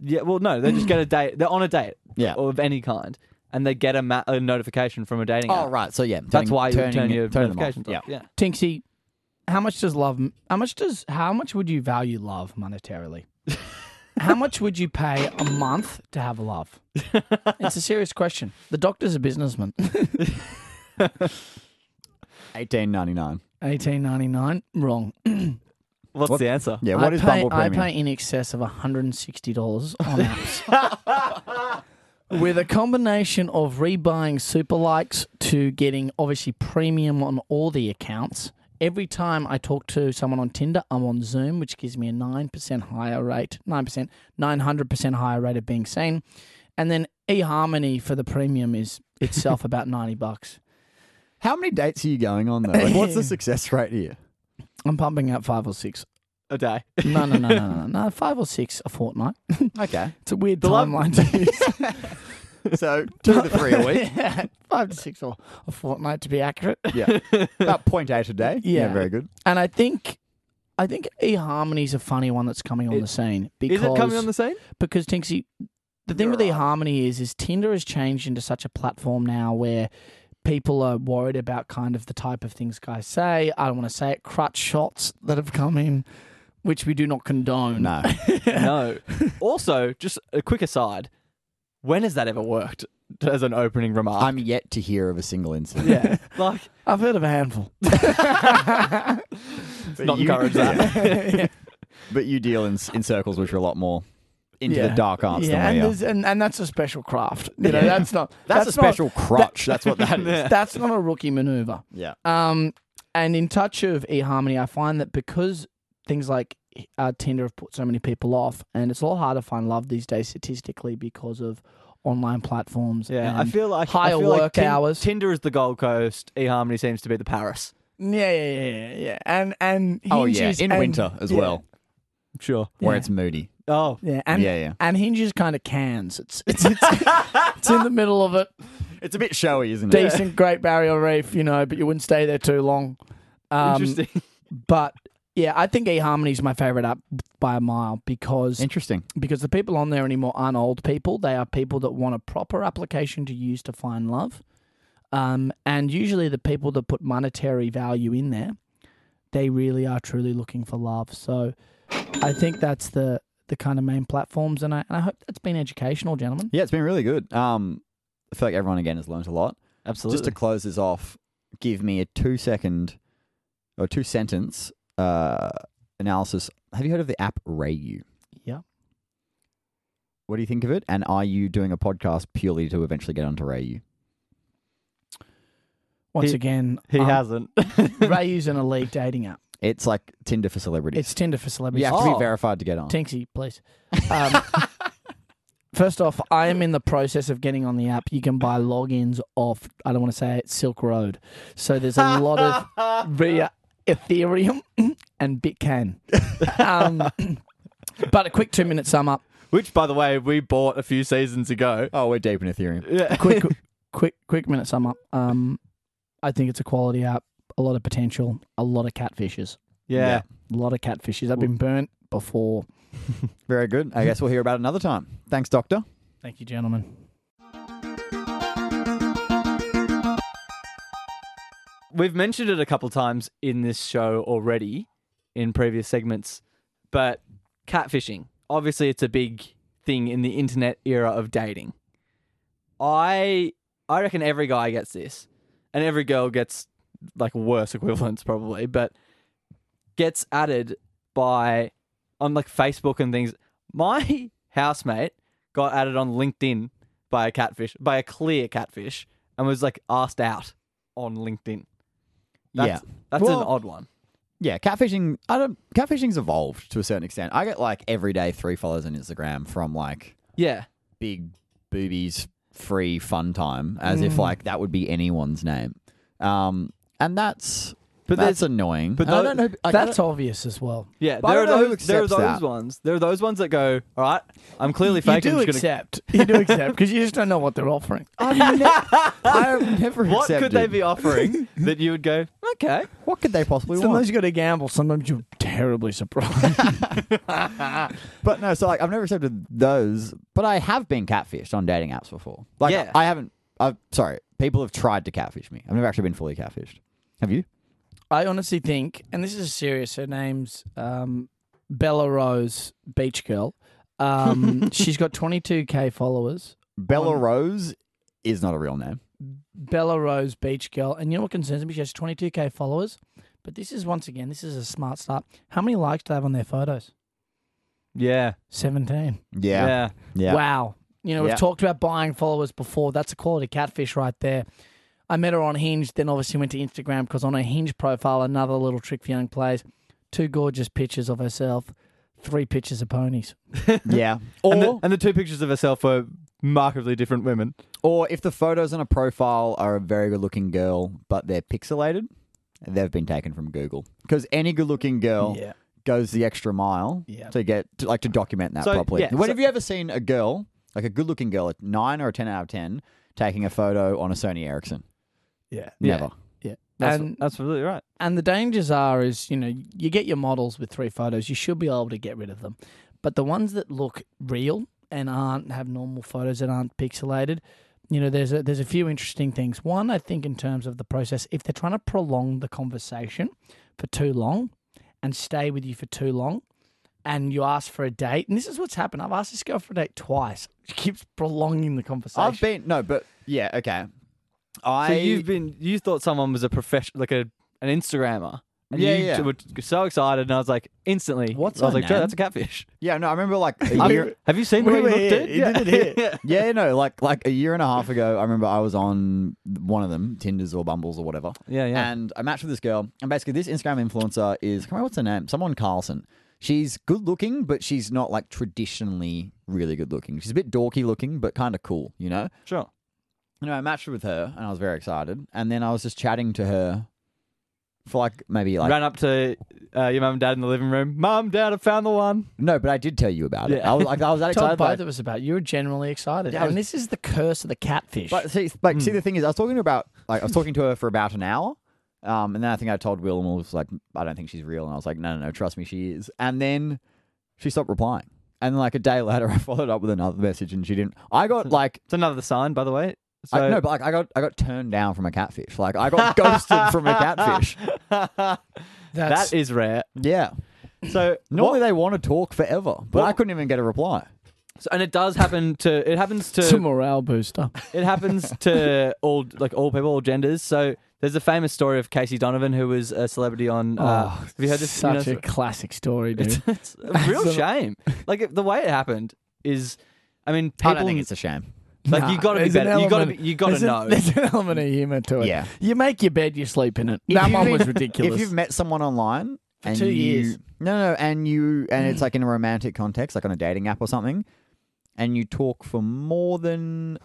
[SPEAKER 1] Yeah. Well, no, they just get a date. They're on a date
[SPEAKER 3] Yeah.
[SPEAKER 1] of any kind, and they get a, ma- a notification from a dating
[SPEAKER 3] Oh,
[SPEAKER 1] app.
[SPEAKER 3] right. So, yeah.
[SPEAKER 1] That's
[SPEAKER 3] turning-
[SPEAKER 1] why you
[SPEAKER 3] turning
[SPEAKER 1] turn
[SPEAKER 3] it-
[SPEAKER 1] your
[SPEAKER 3] turning them off.
[SPEAKER 1] notifications off.
[SPEAKER 3] Yeah.
[SPEAKER 1] Yeah.
[SPEAKER 5] Tinksy, how much does love? How much does? How much would you value love monetarily? how much would you pay a month to have love? it's a serious question. The doctor's a businessman.
[SPEAKER 3] 18.99.
[SPEAKER 5] Eighteen ninety nine. Wrong.
[SPEAKER 1] What's
[SPEAKER 3] What-
[SPEAKER 1] the answer?
[SPEAKER 3] Yeah. What
[SPEAKER 5] I
[SPEAKER 3] is
[SPEAKER 5] pay,
[SPEAKER 3] Bumble
[SPEAKER 5] I
[SPEAKER 3] Premium?
[SPEAKER 5] pay in excess of hundred and sixty dollars on apps. With a combination of rebuying super likes to getting obviously premium on all the accounts. Every time I talk to someone on Tinder, I'm on Zoom, which gives me a nine percent higher rate, nine percent, nine hundred percent higher rate of being seen. And then eHarmony for the premium is itself about ninety bucks.
[SPEAKER 3] How many dates are you going on, though? Like, what's the success rate here?
[SPEAKER 5] I'm pumping out five or six.
[SPEAKER 1] A day.
[SPEAKER 5] No, no, no, no, no, no. Five or six a fortnight.
[SPEAKER 3] Okay.
[SPEAKER 5] It's a weird
[SPEAKER 1] The love-
[SPEAKER 5] timeline to use.
[SPEAKER 3] So, two to three a week.
[SPEAKER 5] yeah, five to six or a fortnight to be accurate.
[SPEAKER 3] Yeah. About 0.8 a day.
[SPEAKER 5] Yeah.
[SPEAKER 3] Very good.
[SPEAKER 5] And I think, I think eHarmony's a funny one that's coming on
[SPEAKER 1] It-
[SPEAKER 5] the scene because
[SPEAKER 1] Is it coming on the scene?
[SPEAKER 5] because Tinksy, the thing with
[SPEAKER 1] You're right.
[SPEAKER 5] eHarmony is is Tinder has changed into such a platform now where people are worried about kind of the type of things guys say. I don't want to say it. Crutch shots that have come in, which we do not condone.
[SPEAKER 3] No.
[SPEAKER 1] no. Also, just a quick aside. When has that ever worked as an opening remark?
[SPEAKER 3] I'm yet to hear of a single incident.
[SPEAKER 1] yeah. Like,
[SPEAKER 5] I've heard of a handful.
[SPEAKER 1] not encourage that.
[SPEAKER 3] But you deal in, in circles which are a lot more into the
[SPEAKER 5] Yeah.
[SPEAKER 3] dark arts
[SPEAKER 5] yeah,
[SPEAKER 3] than we
[SPEAKER 5] and,
[SPEAKER 3] are.
[SPEAKER 5] there's, and and that's a special craft. You know,
[SPEAKER 3] Yeah.
[SPEAKER 5] that's not
[SPEAKER 3] That's, a
[SPEAKER 5] not-
[SPEAKER 3] special crutch. that's what that is.
[SPEAKER 5] that's not a rookie maneuver.
[SPEAKER 3] Yeah.
[SPEAKER 5] Um, and in touch of eHarmony, I find that because things like uh, Tinder have put so many people off, and it's a lot harder to find love these days statistically because of online platforms.
[SPEAKER 1] Yeah, I
[SPEAKER 5] and-
[SPEAKER 1] feel like
[SPEAKER 5] higher
[SPEAKER 1] I feel like
[SPEAKER 5] work
[SPEAKER 1] Tin-
[SPEAKER 5] hours.
[SPEAKER 1] Tinder is the Gold Coast. eHarmony seems to be the Paris.
[SPEAKER 5] yeah, yeah, yeah, yeah, and and
[SPEAKER 3] Oh, yeah.
[SPEAKER 5] Hinges
[SPEAKER 3] In
[SPEAKER 5] and-
[SPEAKER 3] winter as
[SPEAKER 5] yeah.
[SPEAKER 3] well,
[SPEAKER 1] Sure.
[SPEAKER 3] where
[SPEAKER 5] Yeah.
[SPEAKER 3] it's moody.
[SPEAKER 1] Oh,
[SPEAKER 5] Yeah, and
[SPEAKER 3] yeah, yeah.
[SPEAKER 5] and Hinges kind of cans. It's it's it's, it's in the middle of it.
[SPEAKER 3] It's a bit showy, isn't it?
[SPEAKER 5] Decent, Great Barrier Reef, you know, but you wouldn't stay there too long. Um,
[SPEAKER 1] interesting.
[SPEAKER 5] But yeah, I think eHarmony is my favorite app by a mile because
[SPEAKER 3] Interesting.
[SPEAKER 5] because the people on there anymore aren't old people. They are people that want a proper application to use to find love. Um, and usually the people that put monetary value in there, they really are truly looking for love. So I think that's the the kind of main platforms, and I, and I hope that's been educational, gentlemen.
[SPEAKER 3] Yeah, it's been really good. Um, I feel like everyone again has learnt a lot.
[SPEAKER 1] Absolutely.
[SPEAKER 3] Just to close this off, give me a two second or two sentence uh, analysis. Have you heard of the app Rayu?
[SPEAKER 5] Yeah.
[SPEAKER 3] What do you think of it? And are you doing a podcast purely to eventually get onto Rayu?
[SPEAKER 5] Once
[SPEAKER 1] He-
[SPEAKER 5] again,
[SPEAKER 1] he
[SPEAKER 5] um,
[SPEAKER 1] hasn't.
[SPEAKER 5] Rayu's an elite dating app.
[SPEAKER 3] It's like Tinder for celebrities.
[SPEAKER 5] It's Tinder for celebrities.
[SPEAKER 3] you have to
[SPEAKER 1] Oh.
[SPEAKER 3] be verified to get on.
[SPEAKER 5] Tinksy, please. Um, first off, I am in the process of getting on the app. You can buy logins off, I don't want to say it, Silk Road. So there's a lot of via Ethereum and Bitcan. Um, but a quick two minute sum up.
[SPEAKER 1] Which, by the way, we bought a few seasons ago.
[SPEAKER 3] Oh, we're deep in Ethereum.
[SPEAKER 1] Yeah.
[SPEAKER 5] Quick, quick, quick minute sum up. Um, I think it's a quality app, a lot of potential, a lot of catfishes.
[SPEAKER 1] Yeah.
[SPEAKER 5] A lot of catfishes. I've been burnt before.
[SPEAKER 3] Very good. I guess we'll hear about it another time. Thanks, Doctor.
[SPEAKER 5] Thank you, gentlemen.
[SPEAKER 1] We've mentioned it a couple times in this show already in previous segments, but catfishing. Obviously, it's a big thing in the internet era of dating. I I reckon every guy gets this, and every girl gets like worse equivalents probably, but gets added by on like Facebook and things. My housemate got added on LinkedIn by a catfish, by a clear catfish, and was like asked out on LinkedIn. That's,
[SPEAKER 3] yeah.
[SPEAKER 1] That's an
[SPEAKER 3] Well-
[SPEAKER 1] odd one.
[SPEAKER 3] Yeah, catfishing. I don't. Catfishing's evolved to a certain extent. I get like every day three followers on Instagram from like
[SPEAKER 1] Yeah.
[SPEAKER 3] big boobies, free fun time, as
[SPEAKER 1] Mm.
[SPEAKER 3] if like that would be anyone's name. Um, and that's
[SPEAKER 1] But
[SPEAKER 3] but that's
[SPEAKER 1] there's-
[SPEAKER 3] annoying.
[SPEAKER 1] but
[SPEAKER 3] And I
[SPEAKER 1] tho-
[SPEAKER 3] don't know. like, I don't-
[SPEAKER 5] That's obvious as well.
[SPEAKER 1] Yeah,
[SPEAKER 3] But I
[SPEAKER 1] there are
[SPEAKER 3] don't know who
[SPEAKER 1] those, there are
[SPEAKER 3] accepts
[SPEAKER 1] those
[SPEAKER 3] that.
[SPEAKER 1] ones. There are those ones that go, all right, I'm clearly
[SPEAKER 5] You
[SPEAKER 1] fake.
[SPEAKER 5] do
[SPEAKER 1] I'm just gonna...
[SPEAKER 5] accept. You do accept because you just don't know what they're offering.
[SPEAKER 3] I've, ne- I've never.
[SPEAKER 1] What could they
[SPEAKER 3] accepted-
[SPEAKER 1] be offering that you would go, okay?
[SPEAKER 3] What could they possibly want?
[SPEAKER 5] Sometimes you got to gamble. Sometimes you're terribly surprised.
[SPEAKER 3] But no, so like I've never accepted those, but I have been catfished on dating apps before. Like
[SPEAKER 1] Yeah.
[SPEAKER 3] I haven't. I've sorry, people have tried to catfish me. I've never actually been fully catfished. Have you?
[SPEAKER 5] I honestly think, and this is serious. Her name's um, Bella Rose Beach Girl. Um, she's got 22k followers.
[SPEAKER 3] Bella
[SPEAKER 5] On-
[SPEAKER 3] Rose is not a real name.
[SPEAKER 5] Bella Rose Beach Girl, and you know what concerns me? She has 22k followers. But this is once again, this is a smart start. How many likes do they have on their photos?
[SPEAKER 1] Yeah.
[SPEAKER 5] 17.
[SPEAKER 1] Yeah.
[SPEAKER 3] Yeah. Yeah.
[SPEAKER 5] Wow. You know, we've
[SPEAKER 3] Yeah.
[SPEAKER 5] talked about buying followers before. That's a quality catfish right there. I met her on Hinge, then obviously went to Instagram because on her Hinge profile, another little trick for young players two gorgeous pictures of herself, three pictures of ponies.
[SPEAKER 3] Yeah. Or
[SPEAKER 1] and, the, and the two pictures of herself were markedly different women.
[SPEAKER 3] or if the photos on a profile are a very good looking girl, but they're pixelated, they've been taken from Google. Because any good looking girl
[SPEAKER 5] Yeah.
[SPEAKER 3] goes the extra mile
[SPEAKER 5] Yeah.
[SPEAKER 3] to get to, like to document that
[SPEAKER 1] So,
[SPEAKER 3] properly.
[SPEAKER 1] yeah,
[SPEAKER 3] when
[SPEAKER 1] so-
[SPEAKER 3] have you ever seen a girl, like a good looking girl, a nine or a ten out of ten, taking a photo on a Sony Ericsson?
[SPEAKER 5] Yeah.
[SPEAKER 3] Never.
[SPEAKER 1] That's,
[SPEAKER 5] And-
[SPEAKER 1] that's absolutely right.
[SPEAKER 5] And the dangers are is, you know, you get your models with three photos, you should be able to get rid of them. But the ones that look real and aren't have normal photos that aren't pixelated, you know, there's a there's a few interesting things. One, I think in terms of the process, if they're trying to prolong the conversation for too long and stay with you for too long, and you ask for a date, and this is what's happened. I've asked this girl for a date twice. She keeps prolonging the conversation.
[SPEAKER 3] I've been no, but yeah, okay. I
[SPEAKER 1] So you've been, you thought someone was a professional, like a an Instagrammer. And
[SPEAKER 3] Yeah,
[SPEAKER 1] you
[SPEAKER 3] yeah.
[SPEAKER 1] t- were t- so excited, and I was like, instantly.
[SPEAKER 3] What's
[SPEAKER 1] I was
[SPEAKER 3] her
[SPEAKER 1] like, Joe,
[SPEAKER 3] name?
[SPEAKER 1] that's a catfish.
[SPEAKER 3] yeah, no, I remember like a
[SPEAKER 1] Have
[SPEAKER 3] year
[SPEAKER 1] you, have you seen the
[SPEAKER 5] We
[SPEAKER 1] way
[SPEAKER 5] were
[SPEAKER 1] he
[SPEAKER 5] here.
[SPEAKER 1] looked, dude?
[SPEAKER 5] You did it
[SPEAKER 1] yeah.
[SPEAKER 3] Yeah, no, like like a year and a half ago, I remember I was on one of them, Tinders or Bumbles or whatever.
[SPEAKER 1] Yeah, yeah.
[SPEAKER 3] And I matched with this girl, and basically this Instagram influencer is come on, what's her name? Someone Carlson. She's good looking, but she's not like traditionally really good looking. She's a bit dorky looking, but kind of cool, you know.
[SPEAKER 1] Sure.
[SPEAKER 3] Anyway, I matched with her, and I was very excited. And then I was just chatting to her for like maybe like
[SPEAKER 1] Ran up to uh, your mum and dad in the living room. Mum, dad, I found the one.
[SPEAKER 3] no, but I did tell you about it.
[SPEAKER 1] Yeah.
[SPEAKER 3] I was like I was that
[SPEAKER 5] told
[SPEAKER 3] excited. that I-
[SPEAKER 5] both of us about. You were generally excited,
[SPEAKER 3] Yeah, I
[SPEAKER 5] and this is the curse of the catfish.
[SPEAKER 3] But see, like,
[SPEAKER 1] Hmm.
[SPEAKER 3] see, the thing is, I was talking to about, like, I was talking to her for about an hour, um, and then I think I told Will and Will was like, I don't think she's real, and I was like, no, no, no, trust me, she is. And then she stopped replying, and then like a day later, I followed up with another message, and she didn't. I got like.
[SPEAKER 1] It's another sign, by the way. So,
[SPEAKER 3] I, no, but like I got I got turned down from a catfish. Like I got ghosted from a catfish.
[SPEAKER 5] That's
[SPEAKER 1] that is rare.
[SPEAKER 3] Yeah.
[SPEAKER 1] So
[SPEAKER 3] Normally they want to talk forever, but I
[SPEAKER 1] What-
[SPEAKER 3] couldn't even get a reply.
[SPEAKER 1] So- and it does happen to it happens to Oh,
[SPEAKER 5] It's a morale booster.
[SPEAKER 1] it happens to all like all people, all genders. So there's a famous story of Casey Donovan, who was a celebrity on. Uh,
[SPEAKER 3] Oh,
[SPEAKER 1] have you heard this? You know,
[SPEAKER 5] Oh, Such a classic story,
[SPEAKER 1] it's,
[SPEAKER 5] dude.
[SPEAKER 1] it's a real
[SPEAKER 5] So-
[SPEAKER 1] shame. Like it- the way it happened is, I mean, people.
[SPEAKER 3] I don't think it's a shame.
[SPEAKER 1] like you got to be
[SPEAKER 5] there's an
[SPEAKER 1] better. You got to
[SPEAKER 5] element-
[SPEAKER 1] be. You got to
[SPEAKER 5] there's an-
[SPEAKER 1] know.
[SPEAKER 5] there's an element of humor to it.
[SPEAKER 3] Yeah.
[SPEAKER 5] You make your bed, you sleep in it.
[SPEAKER 3] If
[SPEAKER 5] that
[SPEAKER 3] you've
[SPEAKER 5] one
[SPEAKER 3] been-
[SPEAKER 5] was ridiculous.
[SPEAKER 3] If you've met someone online and
[SPEAKER 5] two
[SPEAKER 3] you,
[SPEAKER 5] years.
[SPEAKER 3] no, no, and you, and it's like in a romantic context, like on a dating app or something, and you talk for more than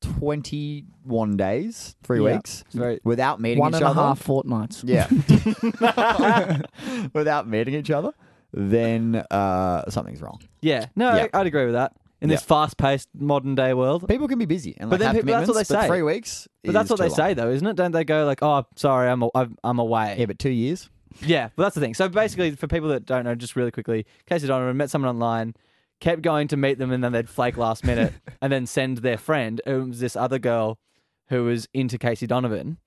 [SPEAKER 3] twenty-one days, three
[SPEAKER 5] Yeah.
[SPEAKER 3] weeks,
[SPEAKER 1] Very-
[SPEAKER 3] without meeting
[SPEAKER 5] one
[SPEAKER 3] each
[SPEAKER 5] and a
[SPEAKER 3] other,
[SPEAKER 5] half fortnights.
[SPEAKER 3] yeah, without meeting each other, then uh, something's wrong.
[SPEAKER 1] yeah. No,
[SPEAKER 3] Yeah.
[SPEAKER 1] I, I'd agree with that. In this
[SPEAKER 3] Yeah.
[SPEAKER 1] fast-paced modern day world.
[SPEAKER 3] People can be busy, and
[SPEAKER 1] But
[SPEAKER 3] like
[SPEAKER 1] then
[SPEAKER 3] have
[SPEAKER 1] people- that's what
[SPEAKER 3] commitments,
[SPEAKER 1] they
[SPEAKER 3] but
[SPEAKER 1] say.
[SPEAKER 3] Three weeks,
[SPEAKER 1] But that's
[SPEAKER 3] is
[SPEAKER 1] what
[SPEAKER 3] too
[SPEAKER 1] they
[SPEAKER 3] long.
[SPEAKER 1] say, though, isn't it? Don't they go like, "Oh, sorry, I'm a, I'm- I'm away."
[SPEAKER 3] Yeah, but two years.
[SPEAKER 1] Yeah, well, that's the thing. So basically, for people that don't know, just really quickly, Casey Donovan met someone online, kept going to meet them, and then they'd flake last minute, and then send their friend. It was this other girl who was into Casey Donovan,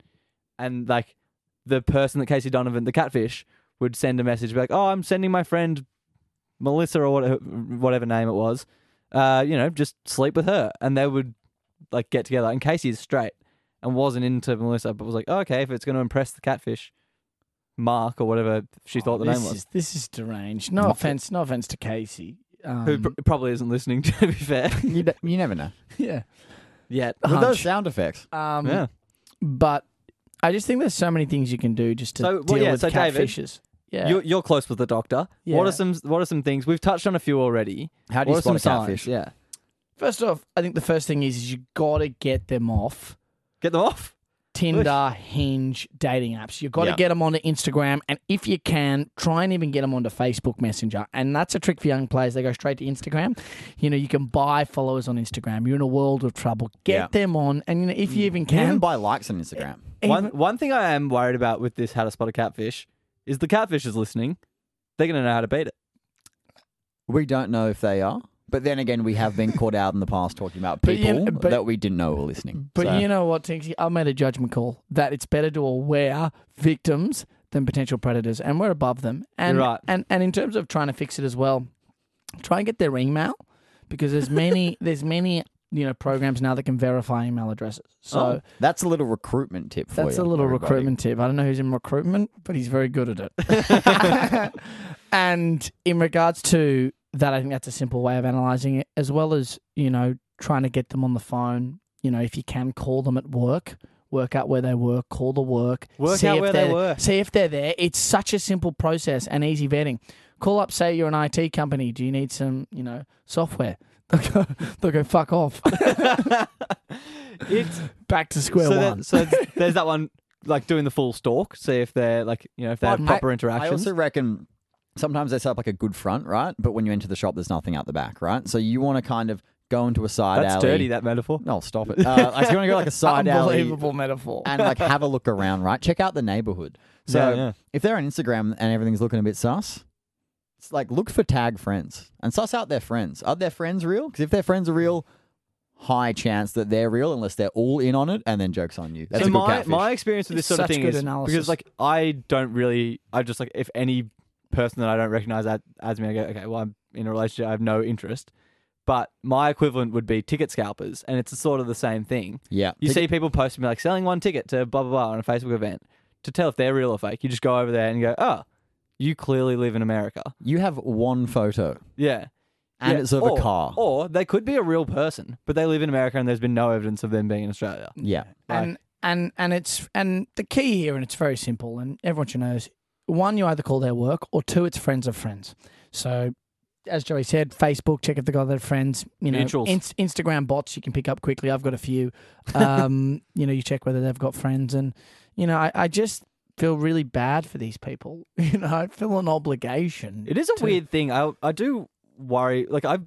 [SPEAKER 1] and like the person that Casey Donovan, the catfish, would send a message be like, "Oh, I'm sending my friend Melissa or whatever, whatever name it was, uh, you know, just sleep with her," and they would like get together. And Casey is straight and wasn't into Melissa, but was like, oh, "Okay, if it's going to impress the catfish." Mark or whatever she thought the
[SPEAKER 5] Oh, this
[SPEAKER 1] name was,
[SPEAKER 5] Is, this is deranged. No
[SPEAKER 3] Not-
[SPEAKER 5] offense. No offense to Casey. Um,
[SPEAKER 1] who pr- probably isn't listening. To be fair,
[SPEAKER 3] You, d- you never know.
[SPEAKER 5] yeah.
[SPEAKER 1] yet.
[SPEAKER 3] With those
[SPEAKER 5] Hunch.
[SPEAKER 3] sound effects.
[SPEAKER 5] Um,
[SPEAKER 1] yeah,
[SPEAKER 5] But I just think there's so many things you can do just to
[SPEAKER 1] So, well,
[SPEAKER 5] deal
[SPEAKER 1] yeah,
[SPEAKER 5] with
[SPEAKER 1] so David,
[SPEAKER 5] catfishes. Yeah.
[SPEAKER 1] You're, you're close with the doctor. What
[SPEAKER 5] Yeah.
[SPEAKER 1] are some What are some things we've touched on a few already?
[SPEAKER 3] How do you
[SPEAKER 1] what
[SPEAKER 3] spot
[SPEAKER 1] are
[SPEAKER 3] a
[SPEAKER 1] some
[SPEAKER 3] catfish?
[SPEAKER 1] signs? Yeah,
[SPEAKER 5] First off, I think the first thing is, is you gotta get them off
[SPEAKER 1] get them off.
[SPEAKER 5] Tinder, Hinge, dating apps. You gotta
[SPEAKER 3] Yeah.
[SPEAKER 5] get them onto Instagram, and if you can, try and even get them onto Facebook Messenger. And that's a trick for young players; they go straight to Instagram. You know, you can buy followers on Instagram. You're in a world of trouble. Get
[SPEAKER 3] Yeah.
[SPEAKER 5] them on, and you know, if you even
[SPEAKER 3] You can
[SPEAKER 5] can,
[SPEAKER 3] even buy likes on Instagram.
[SPEAKER 1] One One thing I am worried about with this how to spot a catfish is the catfish is listening. They're gonna know how to beat it.
[SPEAKER 3] We don't know if they are, but then again, we have been caught out in the past talking about
[SPEAKER 5] But
[SPEAKER 3] people
[SPEAKER 5] you- but-
[SPEAKER 3] that we didn't know were listening.
[SPEAKER 5] But
[SPEAKER 3] So-
[SPEAKER 5] you know what, Tinksy? I made a judgment call that it's better to aware victims than potential predators, and we're above them. And
[SPEAKER 1] You're right.
[SPEAKER 5] and and in terms of trying to fix it as well, try and get their email because there's many there's many you know programs now that can verify email addresses. So
[SPEAKER 3] Oh, that's a little recruitment tip for you.
[SPEAKER 5] that's a little
[SPEAKER 3] everybody.
[SPEAKER 5] recruitment tip. I don't know who's in recruitment, but he's very good at it. and in regards to that, I think that's a simple way of analyzing it, as well as, you know, trying to get them on the phone. You know, if you can call them at work, work out where they work, call the work,
[SPEAKER 1] Work
[SPEAKER 5] see
[SPEAKER 1] out
[SPEAKER 5] if
[SPEAKER 1] where they
[SPEAKER 5] they're-
[SPEAKER 1] work.
[SPEAKER 5] see if they're there. It's such a simple process and easy vetting. Call up, say you're an IT company. Do you need some, you know, software? They'll go, they'll go fuck off.
[SPEAKER 1] It's
[SPEAKER 5] Back to square
[SPEAKER 1] so,
[SPEAKER 5] one.
[SPEAKER 1] that, so there's that one like doing the full stalk. See if they're like you know if they have
[SPEAKER 3] Well,
[SPEAKER 1] proper
[SPEAKER 3] I
[SPEAKER 1] interactions.
[SPEAKER 3] also reckon sometimes they set up like a good front, right? But when you enter the shop, there's nothing out the back, right? So you want to kind of go into a side
[SPEAKER 1] That's
[SPEAKER 3] alley.
[SPEAKER 1] dirty. That metaphor.
[SPEAKER 3] No, stop it. Uh, like, you want to go like a side alley
[SPEAKER 5] Unbelievable metaphor.
[SPEAKER 3] and like have a look around, right? Check out the neighborhood. So
[SPEAKER 1] Yeah, yeah.
[SPEAKER 3] if they're on Instagram and everything's looking a bit sus, it's like look for tag friends and suss out their friends. Are their friends real? Because if their friends are real, high chance that they're real unless they're all in on it and then jokes on you. That's
[SPEAKER 1] so
[SPEAKER 3] a good
[SPEAKER 1] my
[SPEAKER 3] catfish.
[SPEAKER 1] my experience with this
[SPEAKER 5] It's
[SPEAKER 1] sort of
[SPEAKER 5] such
[SPEAKER 1] thing
[SPEAKER 5] good
[SPEAKER 1] is because
[SPEAKER 5] analysis.
[SPEAKER 1] like I don't really I just like if any person that I don't recognize as, as me I go okay well I'm in a relationship I have no interest but my equivalent would be ticket scalpers and it's sort of the same thing
[SPEAKER 3] yeah.
[SPEAKER 1] you see people posting be like selling one ticket to blah blah blah on a Facebook event to tell if they're real or fake you just go over there and go oh you clearly live in America
[SPEAKER 3] you have one photo
[SPEAKER 1] yeah
[SPEAKER 3] and
[SPEAKER 1] Yeah.
[SPEAKER 3] it's of
[SPEAKER 5] Oh,
[SPEAKER 1] or,
[SPEAKER 3] a car.
[SPEAKER 1] or they could be a real person but they live in America and there's been no evidence of them being in Australia
[SPEAKER 3] yeah.
[SPEAKER 1] Like-
[SPEAKER 5] and and and it's and the key here and it's very simple and everyone should know is one you either call their work or two it's friends of friends so as Joey said, Facebook, check if they got their friends. You know,
[SPEAKER 1] Mutuals.
[SPEAKER 5] Ins- Instagram bots you can pick up quickly. I've got a few. Um, you know, you check whether they've got friends, and you know, I, I just feel really bad for these people. You know, I feel an obligation.
[SPEAKER 1] It is a
[SPEAKER 5] to-
[SPEAKER 1] weird thing. I I do worry. Like I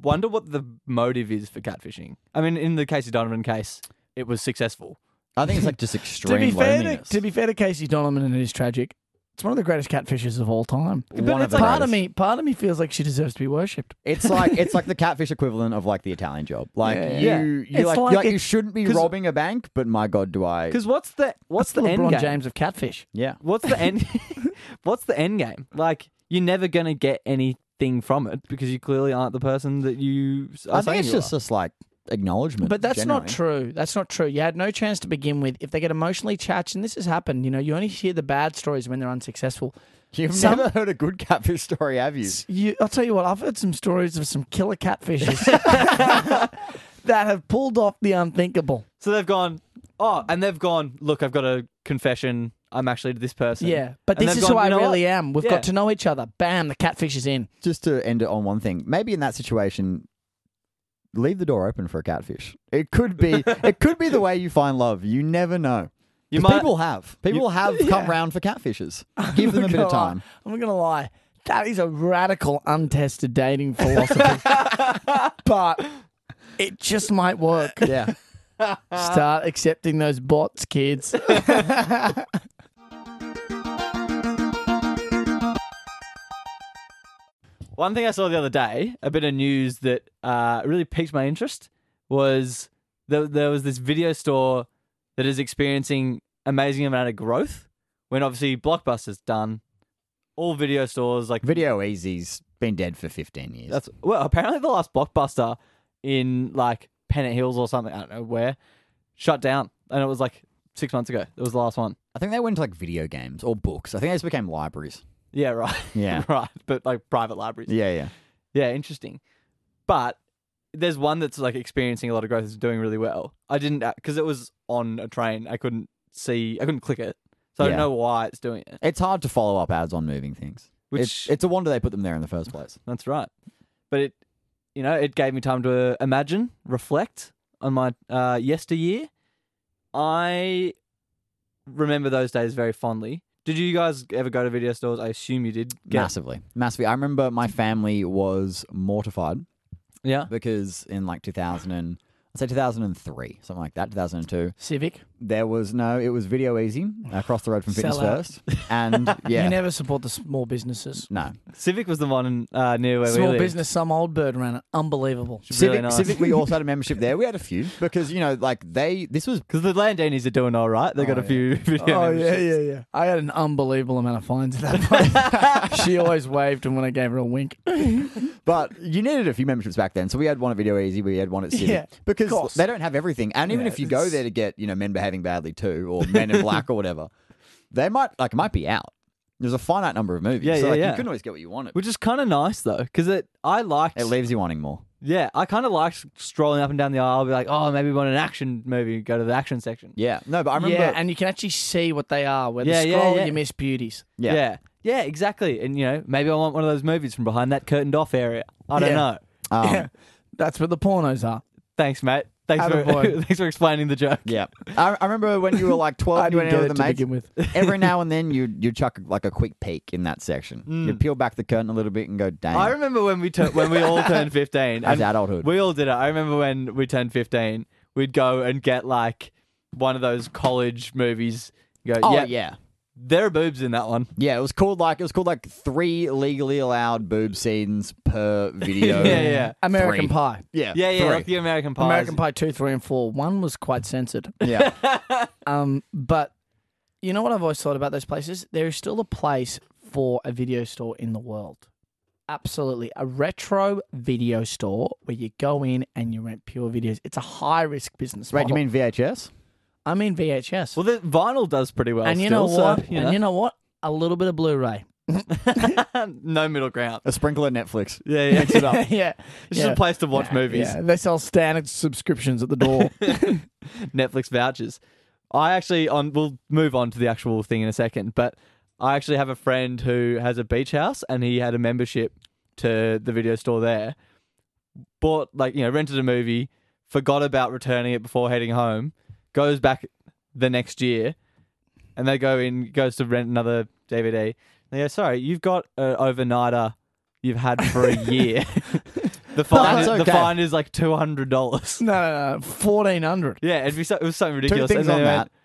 [SPEAKER 1] wonder what the motive is for catfishing. I mean, in the Casey Donovan case, it was successful.
[SPEAKER 3] I think it's like just
[SPEAKER 5] To
[SPEAKER 3] extreme
[SPEAKER 5] be fair, to,
[SPEAKER 3] loneliness.
[SPEAKER 5] to be fair to Casey Donovan, and it is tragic. It's one of the greatest catfishes of all time.
[SPEAKER 3] One of
[SPEAKER 1] it's like-
[SPEAKER 3] the
[SPEAKER 5] part of
[SPEAKER 3] greatest.
[SPEAKER 5] me, part of me feels like she deserves to be worshipped.
[SPEAKER 3] It's like it's like the catfish equivalent of like the Italian job. Like
[SPEAKER 5] Yeah.
[SPEAKER 3] you,
[SPEAKER 1] Yeah.
[SPEAKER 3] you
[SPEAKER 5] It's
[SPEAKER 3] like,
[SPEAKER 5] like
[SPEAKER 3] you're like you
[SPEAKER 5] it's-
[SPEAKER 3] shouldn't be
[SPEAKER 1] 'cause-
[SPEAKER 3] robbing a bank, but my god, do I?
[SPEAKER 1] Because what's the what's
[SPEAKER 5] What's the
[SPEAKER 1] the end
[SPEAKER 5] LeBron
[SPEAKER 1] game?
[SPEAKER 5] James of catfish?
[SPEAKER 3] Yeah,
[SPEAKER 1] What's the end? what's the end game? Like you're never gonna get anything from it because you clearly aren't the person that you. s- Are
[SPEAKER 3] I think
[SPEAKER 1] saying
[SPEAKER 3] it's
[SPEAKER 1] you
[SPEAKER 3] just
[SPEAKER 1] are.
[SPEAKER 3] just like acknowledgement.
[SPEAKER 5] But that's not
[SPEAKER 3] generally.
[SPEAKER 5] true. That's not true. You had no chance to begin with. If they get emotionally charged, and this has happened, you know, you only hear the bad stories when they're unsuccessful.
[SPEAKER 3] You've
[SPEAKER 5] Some-
[SPEAKER 3] never heard a good catfish story, have you?
[SPEAKER 5] You, I'll tell you what, I've heard some stories of some killer catfishes that have pulled off the unthinkable.
[SPEAKER 1] so they've gone. Oh, and they've gone. Look, I've got a confession. I'm actually this person.
[SPEAKER 5] Yeah, but
[SPEAKER 1] And
[SPEAKER 5] this
[SPEAKER 1] they've
[SPEAKER 5] is who
[SPEAKER 1] gone,
[SPEAKER 5] I
[SPEAKER 1] "You know what?
[SPEAKER 5] really am. We've
[SPEAKER 1] Yeah.
[SPEAKER 5] got to know each other. Bam, the catfish is in.
[SPEAKER 3] Just to end it on one thing, maybe in that situation, leave the door open for a catfish. It could be it could be the way you find love. You never know.
[SPEAKER 1] You
[SPEAKER 3] 'Cause
[SPEAKER 1] might-
[SPEAKER 3] people have people have come round for catfishes. Give them a bit of
[SPEAKER 5] gonna lie.
[SPEAKER 3] time.
[SPEAKER 5] Oh, I'm not gonna lie. That is a radical, untested dating philosophy. but it just might work.
[SPEAKER 3] Yeah. Uh,
[SPEAKER 5] Start accepting those bots, kids.
[SPEAKER 1] One thing I saw the other day, a bit of news that uh, really piqued my interest, was there, there was this video store that is experiencing amazing amount of growth. When obviously Blockbuster's done, all video stores like
[SPEAKER 3] Video Easy's been dead for fifteen years.
[SPEAKER 1] that's well apparently the last Blockbuster in like Pennant Hills or something I don't know where shut down, and it was like six months ago. It was the last one.
[SPEAKER 3] I think they went to like video games or books. I think they just became libraries.
[SPEAKER 1] Yeah, right.
[SPEAKER 3] Yeah.
[SPEAKER 1] right. But like private libraries.
[SPEAKER 3] Yeah, yeah.
[SPEAKER 1] Yeah, interesting. But there's uh, one that's like experiencing a lot of growth, is doing really well. I didn't because it was on a train. I couldn't see, I couldn't click it, so I
[SPEAKER 3] Yeah.
[SPEAKER 1] don't know why it's doing it.
[SPEAKER 3] It's hard to follow up ads on moving things.
[SPEAKER 1] Which
[SPEAKER 3] it's, it's a wonder they put them there in the first place.
[SPEAKER 1] that's right, but it, you know, it gave me time to uh, imagine, reflect on my uh, yesteryear. I remember those days very fondly. Did you guys ever go to video stores? I assume you did. Get-
[SPEAKER 3] Massively, massively. I remember my family was mortified
[SPEAKER 1] Yeah.
[SPEAKER 3] because in like 2000 and I'd say 2003, something like that, 2002.
[SPEAKER 5] Civic.
[SPEAKER 3] There was no, it was Video Easy across the road from Fitness
[SPEAKER 5] Sell out.
[SPEAKER 3] First, and yeah,
[SPEAKER 5] You never support the small businesses.
[SPEAKER 3] no,
[SPEAKER 1] Civic was the one in, uh, near where we
[SPEAKER 5] small
[SPEAKER 1] lived.
[SPEAKER 5] business, some old bird ran it. Unbelievable.
[SPEAKER 1] Which is
[SPEAKER 3] Civic,
[SPEAKER 1] really nice.
[SPEAKER 3] Civic, we also had a membership there. We had a few because you know, like they, this was
[SPEAKER 1] Because the Landinis are doing all right. They got
[SPEAKER 3] Oh,
[SPEAKER 1] a few video.
[SPEAKER 5] oh yeah,
[SPEAKER 1] memberships.
[SPEAKER 5] yeah, yeah. I had an unbelievable amount of fines at that point. she always waved, and when I gave her a wink,
[SPEAKER 3] But you needed a few memberships back then. So we had one at Video Easy, we had one at Civic.
[SPEAKER 5] Yeah, of
[SPEAKER 3] because
[SPEAKER 5] course.
[SPEAKER 3] they don't have everything. And even
[SPEAKER 5] Yeah,
[SPEAKER 3] if you go
[SPEAKER 5] it's-
[SPEAKER 3] there to get, you know, men behaving badly too, or men in black or whatever, they might like it might be out. There's a finite number of movies.
[SPEAKER 1] Yeah,
[SPEAKER 3] so
[SPEAKER 1] yeah,
[SPEAKER 3] like, you
[SPEAKER 1] yeah.
[SPEAKER 3] couldn't always get what you wanted.
[SPEAKER 1] Which is kind of nice though, because it I liked.
[SPEAKER 3] It leaves you wanting more.
[SPEAKER 1] yeah, I kind of liked strolling up and down the aisle. Be like, oh, maybe we want an action movie. Go to the action section.
[SPEAKER 3] Yeah. No, but I remember
[SPEAKER 5] yeah, and you can actually see what they are. Where
[SPEAKER 1] Yeah,
[SPEAKER 5] the
[SPEAKER 1] yeah,
[SPEAKER 5] scroll,
[SPEAKER 1] yeah.
[SPEAKER 5] you miss beauties.
[SPEAKER 3] yeah.
[SPEAKER 1] yeah, Yeah, exactly. And you know, maybe I want one of those movies from behind that curtained off area. I don't
[SPEAKER 5] Yeah.
[SPEAKER 1] know.
[SPEAKER 3] Um,
[SPEAKER 5] yeah, that's where the pornos are.
[SPEAKER 1] Thanks, mate. Thanks for
[SPEAKER 5] Attaboy.
[SPEAKER 1] thanks for explaining the joke.
[SPEAKER 3] yeah. I, I remember when you were like 12
[SPEAKER 5] I
[SPEAKER 3] and you
[SPEAKER 5] didn't
[SPEAKER 3] went out
[SPEAKER 5] get it
[SPEAKER 3] with
[SPEAKER 5] to
[SPEAKER 3] the mates,
[SPEAKER 5] begin with.
[SPEAKER 3] every now and then you'd, you'd chuck like a quick peek in that section.
[SPEAKER 5] Mm.
[SPEAKER 3] You'd peel back the curtain a little bit and go, dang,
[SPEAKER 1] I remember when we tur- when we all turned fifteen.
[SPEAKER 3] that's
[SPEAKER 1] and
[SPEAKER 3] adulthood.
[SPEAKER 1] We all did it. I remember when we turned 15, we'd go and get like one of those college movies. You Go,
[SPEAKER 3] oh,
[SPEAKER 1] yeah,
[SPEAKER 3] yeah.
[SPEAKER 1] There are boobs in that one.
[SPEAKER 3] Yeah, it was called like it was called like three legally allowed boob scenes per video.
[SPEAKER 1] Yeah, yeah.
[SPEAKER 3] Three.
[SPEAKER 5] American Pie.
[SPEAKER 3] yeah,
[SPEAKER 1] Yeah, yeah,
[SPEAKER 3] three.
[SPEAKER 1] like the American Pie.
[SPEAKER 5] American Pie two, three, and four. One was quite censored.
[SPEAKER 3] yeah.
[SPEAKER 5] Um, but you know what I've always thought about those places? There is still a place for a video store in the world. Absolutely. A retro video store where you go in and you rent pure videos. It's a high risk business.
[SPEAKER 3] Wait, you
[SPEAKER 5] model.
[SPEAKER 3] mean VHS?
[SPEAKER 5] I mean VHS.
[SPEAKER 1] Well, the vinyl does pretty well.
[SPEAKER 5] and you know
[SPEAKER 1] still,
[SPEAKER 5] what?
[SPEAKER 1] So, you
[SPEAKER 5] And you know what? A little bit of Blu-ray.
[SPEAKER 1] know. no middle ground.
[SPEAKER 3] A sprinkle of Netflix.
[SPEAKER 1] Yeah, yeah. It's
[SPEAKER 5] yeah. yeah.
[SPEAKER 1] just a place to watch movies.
[SPEAKER 5] Yeah. They sell standard subscriptions at the door.
[SPEAKER 1] Netflix vouchers. I actually on we'll move on to the actual thing in a second, but I actually have a friend who has a beach house and he had a membership to the video store there. Bought like, you know, rented a movie, forgot about returning it before heading home, goes back the next year and they go in goes to rent another DVD. They go, "Sorry, you've got an overnighter you've had for a year." the fine
[SPEAKER 3] that's
[SPEAKER 1] the
[SPEAKER 3] okay.
[SPEAKER 1] fine is like $200.
[SPEAKER 5] no, no, no. Fourteen hundred.
[SPEAKER 1] Yeah, it'd be so, it was something
[SPEAKER 3] Two
[SPEAKER 1] ridiculous.
[SPEAKER 3] things
[SPEAKER 1] And then
[SPEAKER 3] on
[SPEAKER 1] they went,
[SPEAKER 3] that.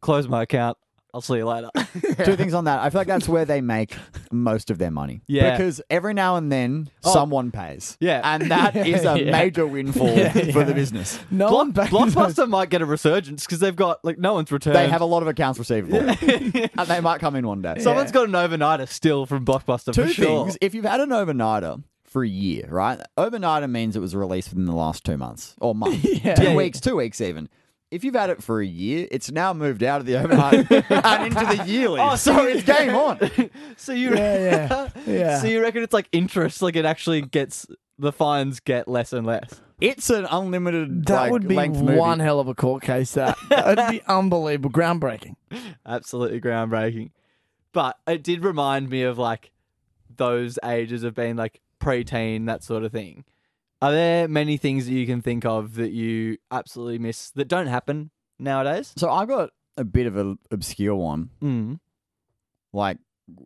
[SPEAKER 1] Close my account. I'll see you later.
[SPEAKER 3] Two things on that. I feel like that's where they make most of their money.
[SPEAKER 1] Yeah.
[SPEAKER 3] Because every now and then
[SPEAKER 1] Oh.
[SPEAKER 3] someone pays.
[SPEAKER 1] Yeah.
[SPEAKER 3] And that is a
[SPEAKER 1] Yeah.
[SPEAKER 3] major windfall
[SPEAKER 5] Yeah,
[SPEAKER 3] for
[SPEAKER 5] yeah.
[SPEAKER 3] the business.
[SPEAKER 5] No
[SPEAKER 1] Block,
[SPEAKER 5] one back in those-
[SPEAKER 1] Blockbuster might get a resurgence because they've got like no one's returned.
[SPEAKER 3] They
[SPEAKER 5] Um,
[SPEAKER 3] have a lot of accounts receivable. and they might come in one day. So
[SPEAKER 1] Someone's got an overnighter still from Blockbuster
[SPEAKER 3] two
[SPEAKER 1] for sure.
[SPEAKER 3] things. If you've had an overnighter for a year, right? Overnighter means it was released within the last two months or month. Two
[SPEAKER 1] Yeah.
[SPEAKER 3] weeks, two weeks even. If you've had it for a year, it's now moved out of the overnight and into the yearly.
[SPEAKER 1] Oh,
[SPEAKER 3] so
[SPEAKER 1] so-
[SPEAKER 3] it's game on.
[SPEAKER 1] So you,
[SPEAKER 5] Yeah, yeah, yeah.
[SPEAKER 1] so you reckon it's like interest? Like it actually gets the fines get less and less.
[SPEAKER 3] It's an unlimited
[SPEAKER 5] That
[SPEAKER 3] like,
[SPEAKER 5] would be
[SPEAKER 3] length movie.
[SPEAKER 5] one hell of a court case. That that'd be unbelievable, groundbreaking.
[SPEAKER 1] Absolutely groundbreaking. But it did remind me of like those ages of being like preteen, that sort of thing. Are there many things that you can think of that you absolutely miss that don't happen nowadays?
[SPEAKER 3] So I got a bit of an obscure one,
[SPEAKER 1] Mm.
[SPEAKER 3] like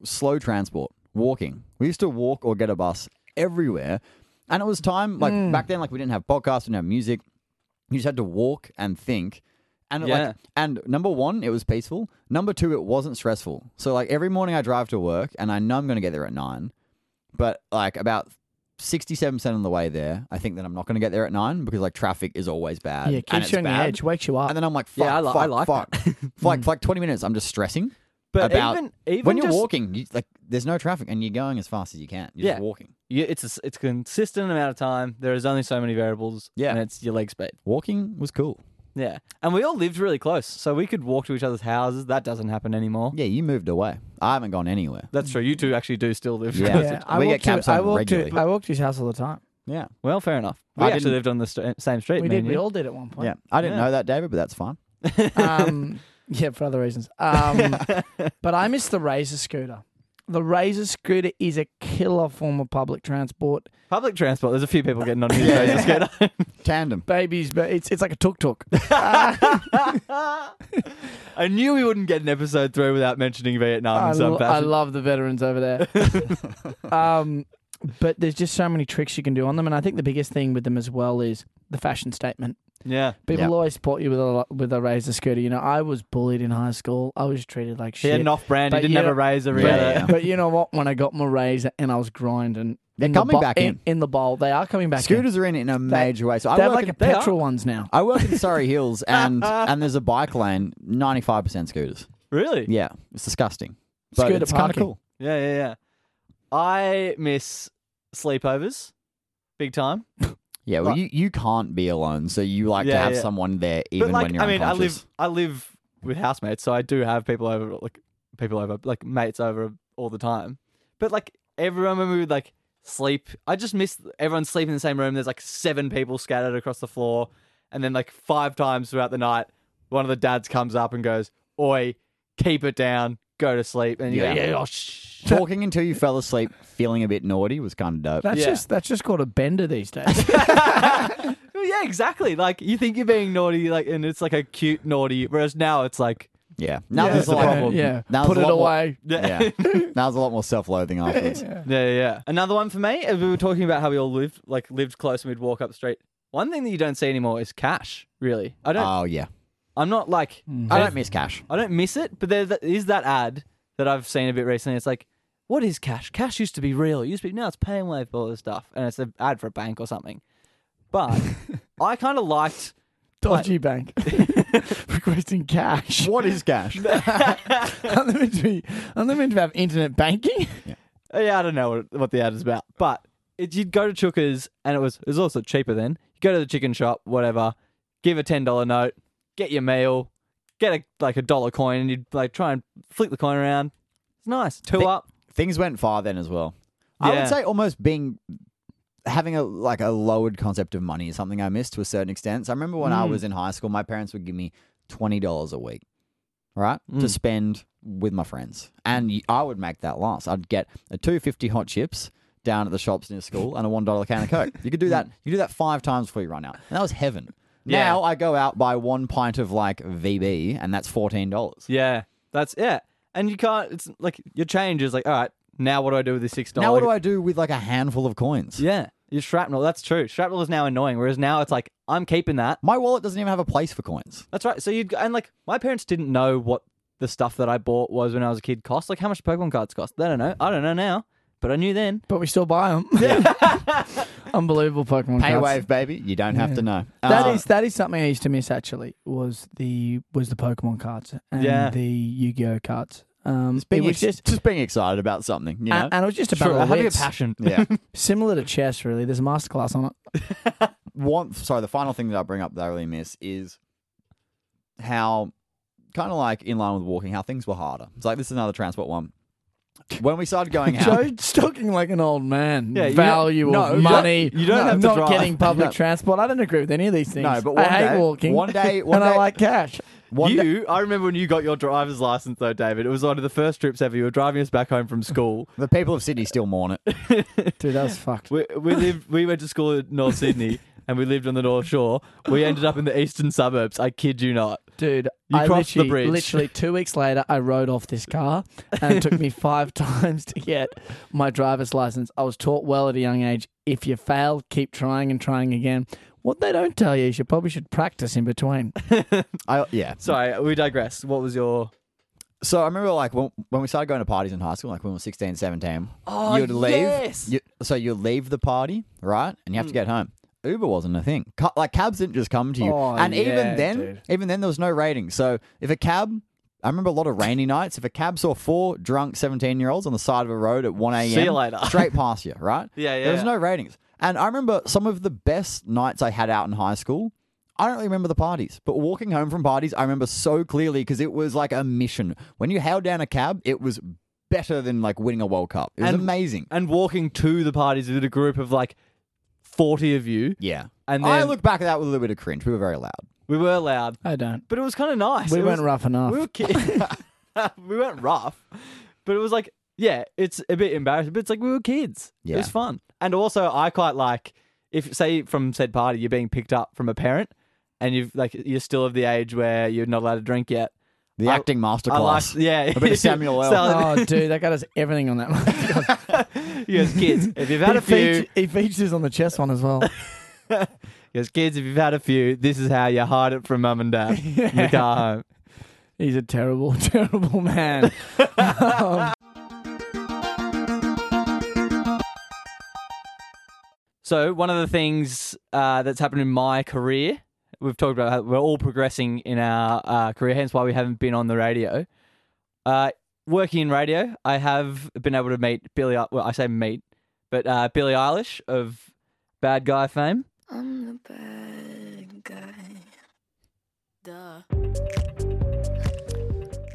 [SPEAKER 3] slow transport, walking. We used to walk or get a bus everywhere, and it was time like back then. Like we didn't have podcasts, we didn't have music. You just had to walk and think. And
[SPEAKER 1] Yeah.
[SPEAKER 3] like, and number one, it was peaceful. Number two, it wasn't stressful. So like every morning, I drive to work, and I know I'm going to get there at nine, but like about. 67% on the way there. I think that I'm not going to get there at nine because like traffic is always bad.
[SPEAKER 5] Yeah,
[SPEAKER 3] and
[SPEAKER 5] keeps
[SPEAKER 3] it's
[SPEAKER 5] you on your
[SPEAKER 3] bad.
[SPEAKER 5] edge, wakes you up.
[SPEAKER 3] And then I'm like, fuck,
[SPEAKER 1] Yeah, I li-
[SPEAKER 3] fuck,
[SPEAKER 1] I like
[SPEAKER 3] fuck. for like, for like 20 minutes, I'm just stressing.
[SPEAKER 1] But
[SPEAKER 3] about
[SPEAKER 1] even even
[SPEAKER 3] when you're
[SPEAKER 1] just-
[SPEAKER 3] walking, you, like there's no traffic and you're going as fast as you can. You're
[SPEAKER 1] Yeah.
[SPEAKER 3] just walking.
[SPEAKER 1] you, it's a, s- it's a consistent amount of time. There is only so many variables.
[SPEAKER 3] Yeah.
[SPEAKER 1] and it's your leg speed.
[SPEAKER 3] Walking was cool.
[SPEAKER 1] Yeah, and we all lived really close, so we could walk to each other's houses. That doesn't happen anymore.
[SPEAKER 3] Yeah, you moved away. I haven't gone anywhere.
[SPEAKER 1] That's true. You two actually do still live.
[SPEAKER 3] Yeah.
[SPEAKER 1] close.
[SPEAKER 3] Yeah. we get
[SPEAKER 5] walked to-
[SPEAKER 3] camps on
[SPEAKER 5] I walked to-
[SPEAKER 3] regularly.
[SPEAKER 5] I walked to his house all the time.
[SPEAKER 3] Yeah.
[SPEAKER 1] Well, fair enough. We
[SPEAKER 3] I
[SPEAKER 1] actually
[SPEAKER 3] didn't-
[SPEAKER 1] lived on the st- same street. me
[SPEAKER 5] We did.
[SPEAKER 1] and
[SPEAKER 5] We
[SPEAKER 1] you.
[SPEAKER 5] all did at one point.
[SPEAKER 3] Yeah. I didn't
[SPEAKER 1] Yeah.
[SPEAKER 3] know that, David, but that's fine.
[SPEAKER 5] Um, Yeah, for other reasons. Um, but I miss the Razor scooter. The Razor scooter is a killer form of public transport.
[SPEAKER 1] Public transport. There's a few people getting on his razor scooter.
[SPEAKER 3] Tandem.
[SPEAKER 5] Babies, but it's it's like a tuk tuk.
[SPEAKER 1] I knew we wouldn't get an episode three without mentioning Vietnam
[SPEAKER 5] I,
[SPEAKER 1] in some
[SPEAKER 5] lo- I
[SPEAKER 1] fashion.
[SPEAKER 5] love the veterans over there. um, but there's just so many tricks you can do on them, and I think the biggest thing with them as well is the fashion statement.
[SPEAKER 1] yeah.
[SPEAKER 5] People
[SPEAKER 3] Yep.
[SPEAKER 5] always support you with a with a razor scooter. You know, I was bullied in high school. I was treated like
[SPEAKER 1] He
[SPEAKER 5] shit.
[SPEAKER 1] had an off brand. He
[SPEAKER 5] But
[SPEAKER 1] didn't
[SPEAKER 5] you
[SPEAKER 1] have a
[SPEAKER 5] know-
[SPEAKER 1] razor. he
[SPEAKER 5] But,
[SPEAKER 1] had
[SPEAKER 3] Yeah,
[SPEAKER 1] a-
[SPEAKER 3] yeah.
[SPEAKER 5] but you know what? When I got my razor and I was grinding,
[SPEAKER 3] They're
[SPEAKER 5] in the
[SPEAKER 3] coming
[SPEAKER 5] bo-
[SPEAKER 3] back in.
[SPEAKER 5] in the bowl. They are coming back. in.
[SPEAKER 3] Scooters are in it in a major way. So I
[SPEAKER 5] They have
[SPEAKER 3] work
[SPEAKER 5] like
[SPEAKER 3] in-
[SPEAKER 5] a
[SPEAKER 1] they are.
[SPEAKER 5] petrol ones now.
[SPEAKER 3] I work in Surrey Hills, and and there's a bike lane, ninety five percent scooters.
[SPEAKER 1] Really?
[SPEAKER 3] Yeah, it's disgusting, but
[SPEAKER 5] Scooter
[SPEAKER 3] it's kind of
[SPEAKER 5] parking.
[SPEAKER 3] cool.
[SPEAKER 1] Yeah, yeah, yeah. I miss sleepovers big time.
[SPEAKER 3] Yeah, well,
[SPEAKER 1] Like-
[SPEAKER 3] you, you can't be alone, so you like to
[SPEAKER 1] Yeah,
[SPEAKER 3] have
[SPEAKER 1] yeah.
[SPEAKER 3] someone there even
[SPEAKER 1] but like,
[SPEAKER 3] when you're
[SPEAKER 1] I mean, I live,
[SPEAKER 3] unconscious.
[SPEAKER 1] I live with housemates, so I do have people over, like people over, like mates over all the time. But like everyone, when we would like sleep, I just miss everyone sleeping in the same room. There's like seven people scattered across the floor, and then like five times throughout the night, one of the dads comes up and goes, "Oi, keep it down, go to sleep." And you yeah. go,
[SPEAKER 3] Yeah.
[SPEAKER 1] "Yeah, oh, shh."
[SPEAKER 3] Talking until you fell asleep, feeling a bit naughty was kind of dope.
[SPEAKER 5] That's
[SPEAKER 1] Yeah.
[SPEAKER 5] just that's just called a bender these days.
[SPEAKER 1] Well, yeah, exactly. Like you think you're being naughty, like, and it's like a cute naughty, whereas now it's like,
[SPEAKER 3] yeah, now
[SPEAKER 1] Yeah,
[SPEAKER 3] there's
[SPEAKER 1] that's
[SPEAKER 3] a
[SPEAKER 1] the
[SPEAKER 3] lot
[SPEAKER 1] problem.
[SPEAKER 5] yeah,
[SPEAKER 3] Now
[SPEAKER 5] put
[SPEAKER 3] there's
[SPEAKER 5] it
[SPEAKER 3] a lot more-
[SPEAKER 5] away.
[SPEAKER 3] Yeah, now there's a lot more self loathing afterwards.
[SPEAKER 1] yeah, yeah, yeah. Another one for me. As we were talking about how we all lived, like, lived close, and we'd walk up the street. One thing that you don't see anymore is cash. Really, I don't.
[SPEAKER 3] Oh yeah,
[SPEAKER 1] I'm not like,
[SPEAKER 3] I don't miss cash.
[SPEAKER 1] I don't miss it, but there th- is that ad that I've seen a bit recently. It's like, what is cash? Cash used to be real. It used to be now it's pay and wave for all this stuff, and it's an ad for a bank or something. But I kind of liked.
[SPEAKER 5] Dodgy bank requesting cash.
[SPEAKER 3] What is cash?
[SPEAKER 5] Aren't they meant to be? Aren't they meant to have internet banking?
[SPEAKER 1] Yeah, I don't know what, what the ad is about, but it, you'd go to Chookas and it was it was also cheaper then. You go to the chicken shop, whatever, give a ten dollar note, get your meal, get a like a dollar coin, and you'd like try and flick the coin around. It's nice. Two
[SPEAKER 3] Thi-
[SPEAKER 1] up.
[SPEAKER 3] Things went far then as well. I
[SPEAKER 1] Yeah.
[SPEAKER 3] would say almost being having a like a lowered concept of money is something I missed to a certain extent. So I remember when
[SPEAKER 1] Mm.
[SPEAKER 3] I was in high school, my parents would give me twenty dollars a week, right,
[SPEAKER 1] Mm.
[SPEAKER 3] to spend with my friends, and y- I would make that last. I'd get a two fifty hot chips down at the shops near school and a one dollar can of coke. You could do that. You do that five times before you run out, and that was heaven.
[SPEAKER 1] Yeah.
[SPEAKER 3] Now I go out buy one pint of like VB, and that's fourteen dollars.
[SPEAKER 1] Yeah, that's yeah. And you can't. It's like your change is like, all right, now what do I do with this six dollars?
[SPEAKER 3] Now what do I do with like a handful of coins?
[SPEAKER 1] Yeah, your shrapnel. That's true. Shrapnel is now annoying, whereas now it's like I'm keeping that.
[SPEAKER 3] My wallet doesn't even have a place for coins.
[SPEAKER 1] That's right. So you'd go- and like my parents didn't know what the stuff that I bought was when I was a kid cost. Like how much Pokemon cards cost. They don't know. I don't know now, but I knew then.
[SPEAKER 5] But we still buy them. Unbelievable Pokemon
[SPEAKER 3] Pay
[SPEAKER 5] cards.
[SPEAKER 3] wave, baby. You don't have to know.
[SPEAKER 5] That
[SPEAKER 3] Uh,
[SPEAKER 5] is that is something I used to miss actually was the was the Pokemon cards and
[SPEAKER 1] Yeah.
[SPEAKER 5] the Yu-Gi-Oh cards. Um, it
[SPEAKER 3] being
[SPEAKER 5] was
[SPEAKER 3] ex-
[SPEAKER 5] just
[SPEAKER 3] just being excited about something. You know?
[SPEAKER 5] and, and it was just a
[SPEAKER 1] Sure,
[SPEAKER 5] battle of
[SPEAKER 1] having a
[SPEAKER 5] wits.
[SPEAKER 1] passion.
[SPEAKER 3] yeah.
[SPEAKER 5] similar to chess really. There's a masterclass on it.
[SPEAKER 3] One. Sorry. The final thing that I bring up that I really miss is how kind of like in line with walking, how things were harder. It's like this is another transport one. When we started going out,
[SPEAKER 5] Joe's talking like an old man.
[SPEAKER 1] Yeah, you
[SPEAKER 5] Value
[SPEAKER 1] don't-
[SPEAKER 5] of
[SPEAKER 1] no, you
[SPEAKER 5] money.
[SPEAKER 1] don't- you don't have to
[SPEAKER 5] not
[SPEAKER 1] drive.
[SPEAKER 5] getting public
[SPEAKER 3] No.
[SPEAKER 5] transport. I don't agree with any of these things.
[SPEAKER 3] No, but one
[SPEAKER 5] I hate
[SPEAKER 3] day-
[SPEAKER 5] walking.
[SPEAKER 3] one day- one
[SPEAKER 5] and I
[SPEAKER 3] day-
[SPEAKER 5] like cash.
[SPEAKER 3] one day-
[SPEAKER 1] you, I remember when you got your driver's license though, David. It was one of the first trips ever. You were driving us back home from school.
[SPEAKER 3] the people of Sydney still mourn it.
[SPEAKER 5] Dude, that was fucked.
[SPEAKER 1] We, we lived, we went to school in North Sydney, and we lived on the North Shore. We ended up in the eastern suburbs. I kid you not.
[SPEAKER 5] Dude,
[SPEAKER 1] You
[SPEAKER 5] I
[SPEAKER 1] crossed the
[SPEAKER 5] literally,
[SPEAKER 1] bridge.
[SPEAKER 5] literally two weeks later, I rode off this car, and it took me five times to get my driver's license. I was taught well at a young age: if you fail, keep trying and trying again. What they don't tell you is you probably should practice in between.
[SPEAKER 3] I, yeah.
[SPEAKER 1] Sorry, we digress. What was your?
[SPEAKER 3] So I remember like when, when we started going to parties in high school, like when we were 16, 17,
[SPEAKER 1] Oh,
[SPEAKER 3] you'd leave.
[SPEAKER 1] yes. Mm.
[SPEAKER 3] You, so you leave the party, right? And you have to get home. Uber wasn't a thing. Ca- like cabs didn't just come to you.
[SPEAKER 5] Oh,
[SPEAKER 3] and
[SPEAKER 5] yeah,
[SPEAKER 3] even then,
[SPEAKER 5] dude.
[SPEAKER 3] even then there was no rating. So if a cab I remember a lot of rainy nights. If a cab saw four drunk 17 year olds on the side of a road at 1 a.m.,
[SPEAKER 1] See you later.
[SPEAKER 3] straight past you, right?
[SPEAKER 1] Yeah, yeah,
[SPEAKER 3] There was
[SPEAKER 1] yeah.
[SPEAKER 3] no ratings. And I remember some of the best nights I had out in high school. I don't really remember the parties, but walking home from parties, I remember so clearly because it was like a mission. When you hailed down a cab, it was better than like winning a World Cup. It was
[SPEAKER 1] And-
[SPEAKER 3] amazing.
[SPEAKER 1] And walking to the parties with a group of like forty of you.
[SPEAKER 3] Yeah.
[SPEAKER 1] And
[SPEAKER 3] I
[SPEAKER 1] then-
[SPEAKER 3] look back at that with a little bit of cringe. We were very loud.
[SPEAKER 1] We were loud,
[SPEAKER 5] I don't.
[SPEAKER 1] but it was kind of nice.
[SPEAKER 5] We
[SPEAKER 1] It
[SPEAKER 5] went
[SPEAKER 1] was-
[SPEAKER 5] rough enough.
[SPEAKER 1] We were kids. we weren't rough, but it was like, yeah, it's a bit embarrassing, but it's like we were kids. It was
[SPEAKER 3] Yeah.
[SPEAKER 1] fun. And also, I quite like if, say, from said party, you're being picked up from a parent and you've like, you're still of the age where you're not allowed to drink yet.
[SPEAKER 3] The
[SPEAKER 1] I-
[SPEAKER 3] acting masterclass.
[SPEAKER 1] I like, yeah.
[SPEAKER 3] A bit of Samuel L.
[SPEAKER 1] So-
[SPEAKER 5] oh, dude, that guy does everything on that one.
[SPEAKER 3] Oh.
[SPEAKER 1] yes, kids, if you've had
[SPEAKER 5] he,
[SPEAKER 1] a few,
[SPEAKER 5] featu- he features on the chess one as well.
[SPEAKER 1] yes, kids, if you've had a few, this is how you hide it from mum and dad in the car home.
[SPEAKER 5] He's a terrible, terrible man. Um,
[SPEAKER 1] So one of the things uh, that's happened in my career, we've talked about how we're all progressing in our uh, career, hence why we haven't been on the radio. Uh, working in radio, I have been able to meet Billy. Well, I say meet, but uh, Billie Eilish of Bad Guy fame.
[SPEAKER 4] I'm the bad guy. Duh.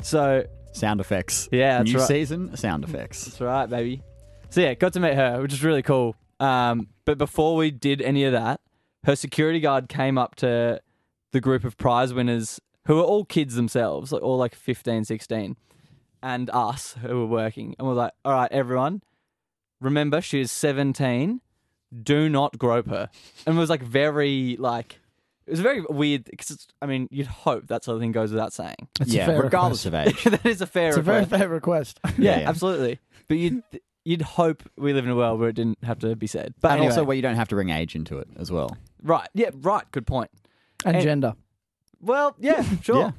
[SPEAKER 1] So
[SPEAKER 3] Sound effects.
[SPEAKER 1] yeah, that's
[SPEAKER 3] New
[SPEAKER 1] right.
[SPEAKER 3] season, sound effects.
[SPEAKER 1] That's right, baby. So yeah, got to meet her, which is really cool. Um, but before we did any of that, her security guard came up to the group of prize winners who were all kids themselves, like all like 15, 16, and us who were working, and we're like, "All right, everyone, remember she is 17. Do not grope her." And it was like very like it was very weird because I mean you'd hope that sort of thing goes without saying.
[SPEAKER 5] It's a
[SPEAKER 3] yeah,
[SPEAKER 5] fair
[SPEAKER 3] regardless
[SPEAKER 5] request.
[SPEAKER 3] of age.
[SPEAKER 1] that is a fair.
[SPEAKER 5] It's a very
[SPEAKER 1] request.
[SPEAKER 5] fair request.
[SPEAKER 1] Yeah,
[SPEAKER 3] Yeah, yeah.
[SPEAKER 1] absolutely. But you'd you'd hope we live in a world where it didn't have to be said. But
[SPEAKER 3] and
[SPEAKER 1] anyway,
[SPEAKER 3] also where you don't have to ring age into it as well.
[SPEAKER 1] right? Yeah, right. Good point.
[SPEAKER 5] And
[SPEAKER 1] And-
[SPEAKER 5] gender.
[SPEAKER 1] Well, yeah, sure.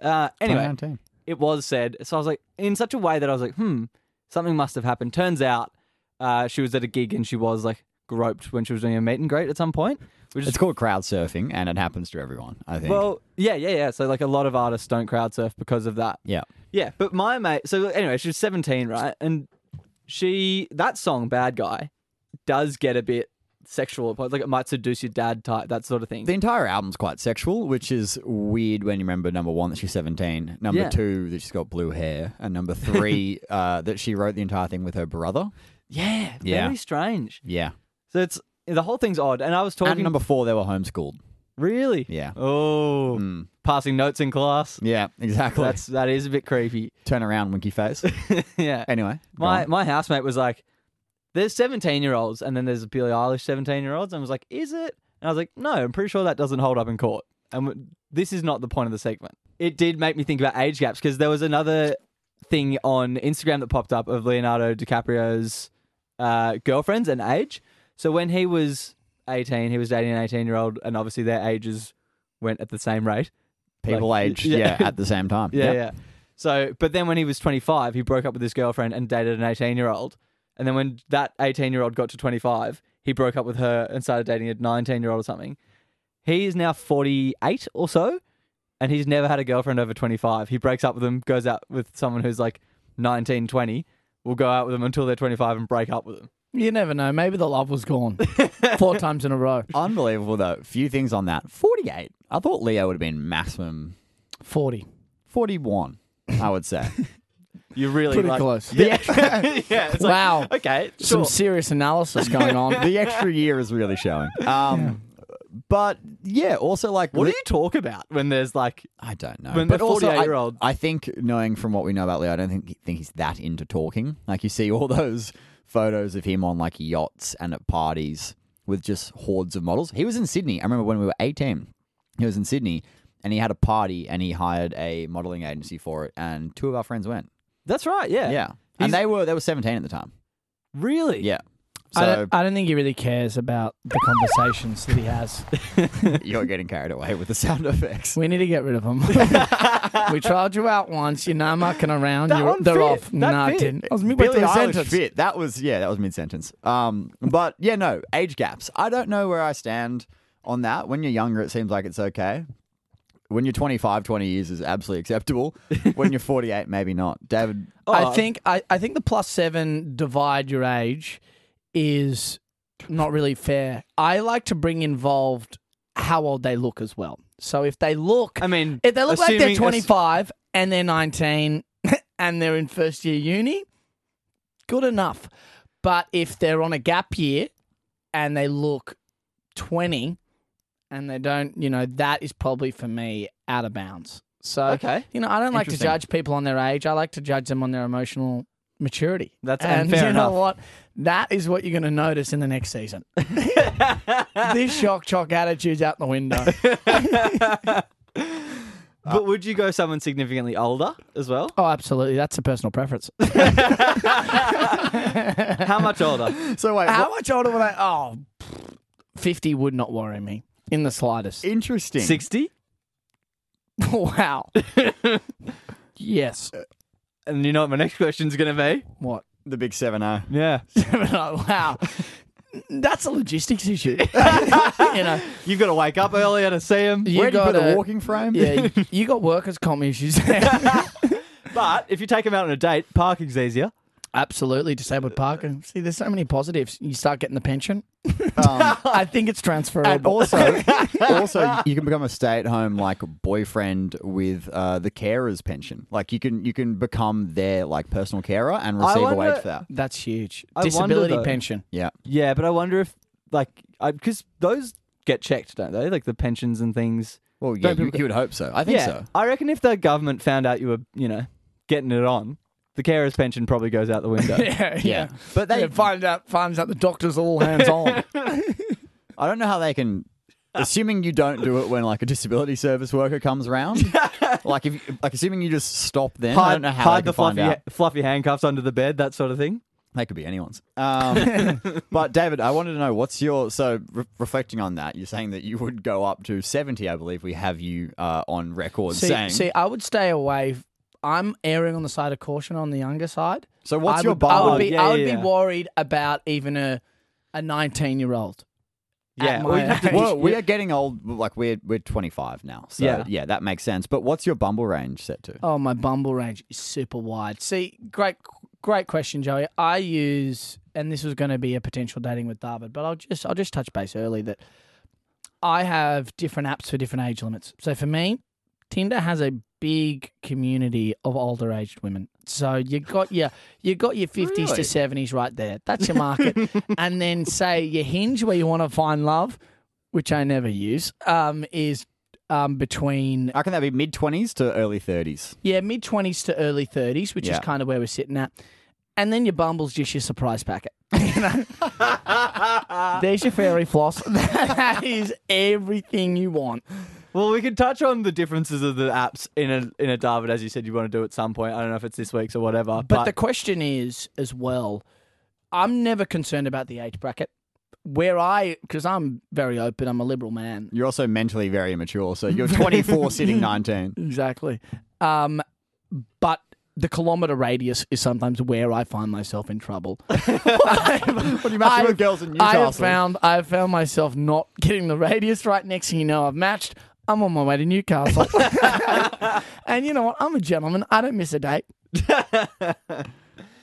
[SPEAKER 1] uh, anyway,
[SPEAKER 3] 2019.
[SPEAKER 1] it was said. So I was like, in such a way that I was like, hmm, something must have happened. Turns out, uh, she was at a gig and she was like groped when she was doing a meet and greet at some point. Which is
[SPEAKER 3] It's called crowd surfing and it happens to everyone, I think.
[SPEAKER 1] well, yeah, yeah, yeah. So like a lot of artists don't crowd surf because of that.
[SPEAKER 3] yeah.
[SPEAKER 1] Yeah, but my mate. So anyway, she was seventeen, right? And she that song "Bad Guy" does get a bit sexual, at points, like it might seduce your dad type, that sort of thing.
[SPEAKER 3] The entire album's quite sexual, which is weird when you remember number one that she's seventeen, number
[SPEAKER 1] Yeah.
[SPEAKER 3] two that she's got blue hair, and number three uh, that she wrote the entire thing with her brother.
[SPEAKER 1] yeah,
[SPEAKER 3] Yeah.
[SPEAKER 1] very strange.
[SPEAKER 3] Yeah,
[SPEAKER 1] So it's the whole thing's odd. And I was talking
[SPEAKER 3] and number four they were homeschooled.
[SPEAKER 1] really,
[SPEAKER 3] Yeah,
[SPEAKER 1] oh,
[SPEAKER 3] Mm.
[SPEAKER 1] passing notes in class.
[SPEAKER 3] yeah, exactly.
[SPEAKER 1] That's that is a bit creepy.
[SPEAKER 3] Turn around, winky face.
[SPEAKER 1] yeah,
[SPEAKER 3] Anyway, go
[SPEAKER 1] my
[SPEAKER 3] on.
[SPEAKER 1] my housemate was like, "There's 17 year olds, and then there's Billie Eilish 17 year olds." And I was like, "Is it?" And I was like, "No, I'm pretty sure that doesn't hold up in court." And w- this is not the point of the segment. It did make me think about age gaps because there was another thing on Instagram that popped up of Leonardo DiCaprio's uh, girlfriends and age. So when he was 18, he was dating an 18 year old, and obviously their ages went at the same rate.
[SPEAKER 3] people
[SPEAKER 1] like-
[SPEAKER 3] aged
[SPEAKER 1] yeah.
[SPEAKER 3] yeah. at the same time.
[SPEAKER 1] Yeah, yeah. So, but then when he was 25, he broke up with his girlfriend and dated an 18 year old. And then when that 18 year old got to 25, he broke up with her and started dating a 19 year old or something. He is now 48 or so, and he's never had a girlfriend over 25. He breaks up with them, goes out with someone who's like 19, 20, will go out with them until they're 25 and break up with them.
[SPEAKER 5] You never know. Maybe the love was gone four times in a row.
[SPEAKER 3] Unbelievable though. Few things on that. Forty-eight. I thought Leo would have been maximum
[SPEAKER 5] 40.
[SPEAKER 3] forty-one. I would say.
[SPEAKER 1] You're really
[SPEAKER 5] Pretty
[SPEAKER 1] like,
[SPEAKER 5] close.
[SPEAKER 1] Yeah, yeah. It's like,
[SPEAKER 5] wow.
[SPEAKER 1] okay,
[SPEAKER 5] Some
[SPEAKER 1] sure.
[SPEAKER 5] serious analysis going on.
[SPEAKER 3] the extra year is really showing. Um, but yeah, also like
[SPEAKER 1] what do
[SPEAKER 3] li-
[SPEAKER 1] you talk about when there's like
[SPEAKER 3] I don't know.
[SPEAKER 1] When
[SPEAKER 3] but
[SPEAKER 1] the
[SPEAKER 3] also, I,
[SPEAKER 1] 48-year-old
[SPEAKER 3] I think knowing from what we know about Leo, I don't think think he's that into talking. Like you see all those photos of him on like yachts and at parties with just hordes of models. He was in Sydney. I remember when we were eighteen, he was in Sydney and he had a party and he hired a modeling agency for it. And two of our friends went.
[SPEAKER 1] That's right, yeah.
[SPEAKER 3] Yeah, and they were they were seventeen at the time.
[SPEAKER 1] Really?
[SPEAKER 3] Yeah.
[SPEAKER 5] I, don't,
[SPEAKER 3] So
[SPEAKER 5] I don't think he really cares about the conversations that he has.
[SPEAKER 3] you're getting carried away with the sound effects.
[SPEAKER 5] We need to get rid of him. we tried you out once. You're now mucking around.
[SPEAKER 1] That
[SPEAKER 5] You're,
[SPEAKER 1] one
[SPEAKER 5] they're
[SPEAKER 1] fit.
[SPEAKER 5] off.
[SPEAKER 1] That
[SPEAKER 5] nah,
[SPEAKER 1] fit.
[SPEAKER 5] I didn't. I was midway
[SPEAKER 3] Billy
[SPEAKER 5] through the
[SPEAKER 3] Eilish
[SPEAKER 5] sentence.
[SPEAKER 3] fit. That was yeah, that was mid sentence. Um, but yeah, no age gaps. I don't know where I stand on that. When you're younger, it seems like it's okay. When you're 25, 20 years is absolutely acceptable. when you're 48, maybe not. David,
[SPEAKER 1] Oh.
[SPEAKER 5] I think I, I think the plus seven divide your age is not really fair. I like to bring involved how old they look as well. So if they look,
[SPEAKER 1] I mean,
[SPEAKER 5] if they look like they're
[SPEAKER 1] assuming-
[SPEAKER 5] 25 and they're 19 and they're in first year uni, good enough. But if they're on a gap year and they look 20 and they don't, you know, that is probably for me out of bounds. So,
[SPEAKER 1] Okay.
[SPEAKER 5] you know, I don't like to
[SPEAKER 3] Interesting.
[SPEAKER 5] judge people on their age. I like to judge them on their emotional maturity.
[SPEAKER 1] That's- and
[SPEAKER 5] and
[SPEAKER 1] fair
[SPEAKER 5] you
[SPEAKER 1] enough.
[SPEAKER 5] know what? That is what you're going to notice in the next season. this shock chock attitude's out the window.
[SPEAKER 1] But would you go someone significantly older as well?
[SPEAKER 5] oh, absolutely. That's a personal preference.
[SPEAKER 1] How much older?
[SPEAKER 3] So wait,
[SPEAKER 5] How
[SPEAKER 3] what-
[SPEAKER 5] much older would I? Oh, pfft, 50 would not worry me in the slightest.
[SPEAKER 3] interesting.
[SPEAKER 1] 60?
[SPEAKER 5] wow. yes.
[SPEAKER 1] And you know what my next question's going to
[SPEAKER 5] What?
[SPEAKER 3] The big seven zero.
[SPEAKER 1] be? Yeah.
[SPEAKER 5] wow. That's a logistics issue. you know,
[SPEAKER 1] You've got to wake up earlier to see him.
[SPEAKER 5] you
[SPEAKER 3] Where do you
[SPEAKER 5] got
[SPEAKER 3] put a
[SPEAKER 5] a-
[SPEAKER 3] walking frame?
[SPEAKER 5] Yeah, you- you got workers' comp issues.
[SPEAKER 1] But if you take him out on a date, parking's easier.
[SPEAKER 5] Absolutely, disabled parking. See, there's so many positives. You start getting the pension.
[SPEAKER 3] Um,
[SPEAKER 5] I think it's
[SPEAKER 3] and
[SPEAKER 5] transferable.
[SPEAKER 3] also, also you can become a stay-at-home like boyfriend with uh, the carer's pension. Like you can you can become their like personal carer and receive
[SPEAKER 1] wonder-
[SPEAKER 3] a wage for that.
[SPEAKER 5] That's huge.
[SPEAKER 1] I wonder,
[SPEAKER 5] Disability
[SPEAKER 1] though-
[SPEAKER 5] pension.
[SPEAKER 3] Yeah.
[SPEAKER 1] Yeah, but I wonder if, like, because those get checked, don't they? Like the pensions and things.
[SPEAKER 3] Well, yeah,
[SPEAKER 1] Don't
[SPEAKER 3] you,
[SPEAKER 1] people-
[SPEAKER 3] you would hope so. I think
[SPEAKER 1] yeah,
[SPEAKER 3] so.
[SPEAKER 1] I reckon if the government found out you were, you know, getting it on, the carer's pension probably goes out the window.
[SPEAKER 5] Yeah, yeah.
[SPEAKER 3] But they,
[SPEAKER 5] yeah, find out finds out the doctors are all hands on.
[SPEAKER 3] I don't know how they can.
[SPEAKER 5] Uh,
[SPEAKER 3] Assuming you don't do it when like a disability service worker comes around, like if like assuming you just stop then, I don't know how
[SPEAKER 1] hide
[SPEAKER 3] they
[SPEAKER 1] the
[SPEAKER 3] can find
[SPEAKER 1] fluffy,
[SPEAKER 3] out.
[SPEAKER 1] fluffy handcuffs under the bed, that sort of thing.
[SPEAKER 3] They could be anyone's. Um, but David, I wanted to know what's your so re- reflecting on that. You're saying that you would go up to seventy, I believe we have you uh, on record
[SPEAKER 5] see,
[SPEAKER 3] saying.
[SPEAKER 5] see, I would stay away. I'm erring on the side of caution on the younger side.
[SPEAKER 3] so what's
[SPEAKER 5] I
[SPEAKER 3] your
[SPEAKER 5] would, I
[SPEAKER 3] bar?
[SPEAKER 5] would be
[SPEAKER 1] yeah,
[SPEAKER 5] I would
[SPEAKER 1] yeah, yeah.
[SPEAKER 5] be worried about even a a 19 year old.
[SPEAKER 1] Yeah,
[SPEAKER 5] my
[SPEAKER 1] well, you'd have to-
[SPEAKER 5] age.
[SPEAKER 3] well, we are getting old. Like we're we're 25 now, so yeah.
[SPEAKER 1] Yeah.
[SPEAKER 3] that makes sense. But what's your bumble range set to?
[SPEAKER 5] Oh, my Bumble range is super wide. See, great, great question, Joey. I use, and this was going to be a potential dating with David, but I'll just, I'll just touch base early that I have different apps for different age limits. So for me, Tinder has a big community of older aged women. So you got your you got your fifties
[SPEAKER 3] Really?
[SPEAKER 5] to seventies right there. That's your market. and then say your hinge where you want to find love, which I never use, um, is um, between
[SPEAKER 3] How can that be mid 20s to early 30s?
[SPEAKER 5] yeah, mid twenties to early thirties, which
[SPEAKER 3] Yeah.
[SPEAKER 5] is kind of where we're sitting at. And then your bumble's just your surprise packet. You know? There's your fairy floss. that is everything you want.
[SPEAKER 1] Well, we can touch on the differences of the apps in a in a David, as you said, you want to do at some point. I don't know if it's this week's or whatever.
[SPEAKER 5] But the question is, as well, I'm never concerned about the age bracket. Where I, because I'm very open, I'm a liberal man.
[SPEAKER 3] You're also mentally very immature, so you're 24 sitting 19.
[SPEAKER 5] Exactly. Um, but the kilometre radius is sometimes where I find myself in trouble.
[SPEAKER 3] What do you match with
[SPEAKER 5] I've-
[SPEAKER 3] girls in
[SPEAKER 5] I
[SPEAKER 3] Newcastle?
[SPEAKER 5] have found I have found myself not getting the radius right. Next thing you know, I've matched. I'm on my way to Newcastle. and you know what? I'm a gentleman. I don't miss a date. that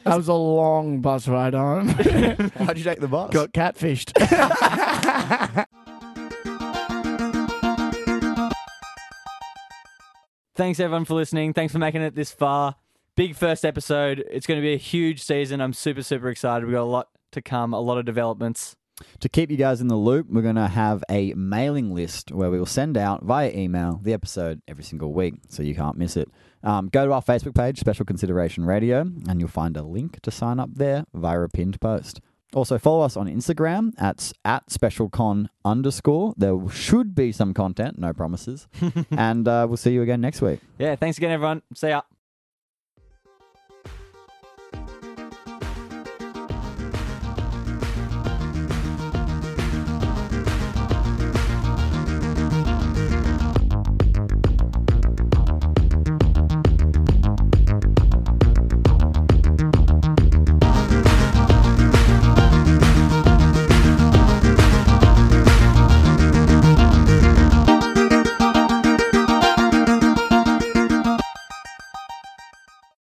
[SPEAKER 5] was a long bus ride home.
[SPEAKER 3] How'd you take the bus?
[SPEAKER 5] Got catfished.
[SPEAKER 1] Thanks everyone for listening. Thanks for making it this far. Big first episode. It's going to be a huge season. I'm super super excited. We've got a lot to come, a lot of developments.
[SPEAKER 3] To keep you guys in the loop, we're going to have a mailing list where we will send out via email the episode every single week, so you can't miss it. Um, go to our Facebook page, Special Consideration Radio, and you'll find a link to sign up there via a pinned post. Also, follow us on Instagram at, at specialcon underscore. There should be some content, no promises. and uh, we'll see you again next week.
[SPEAKER 1] Yeah, thanks again everyone. See ya.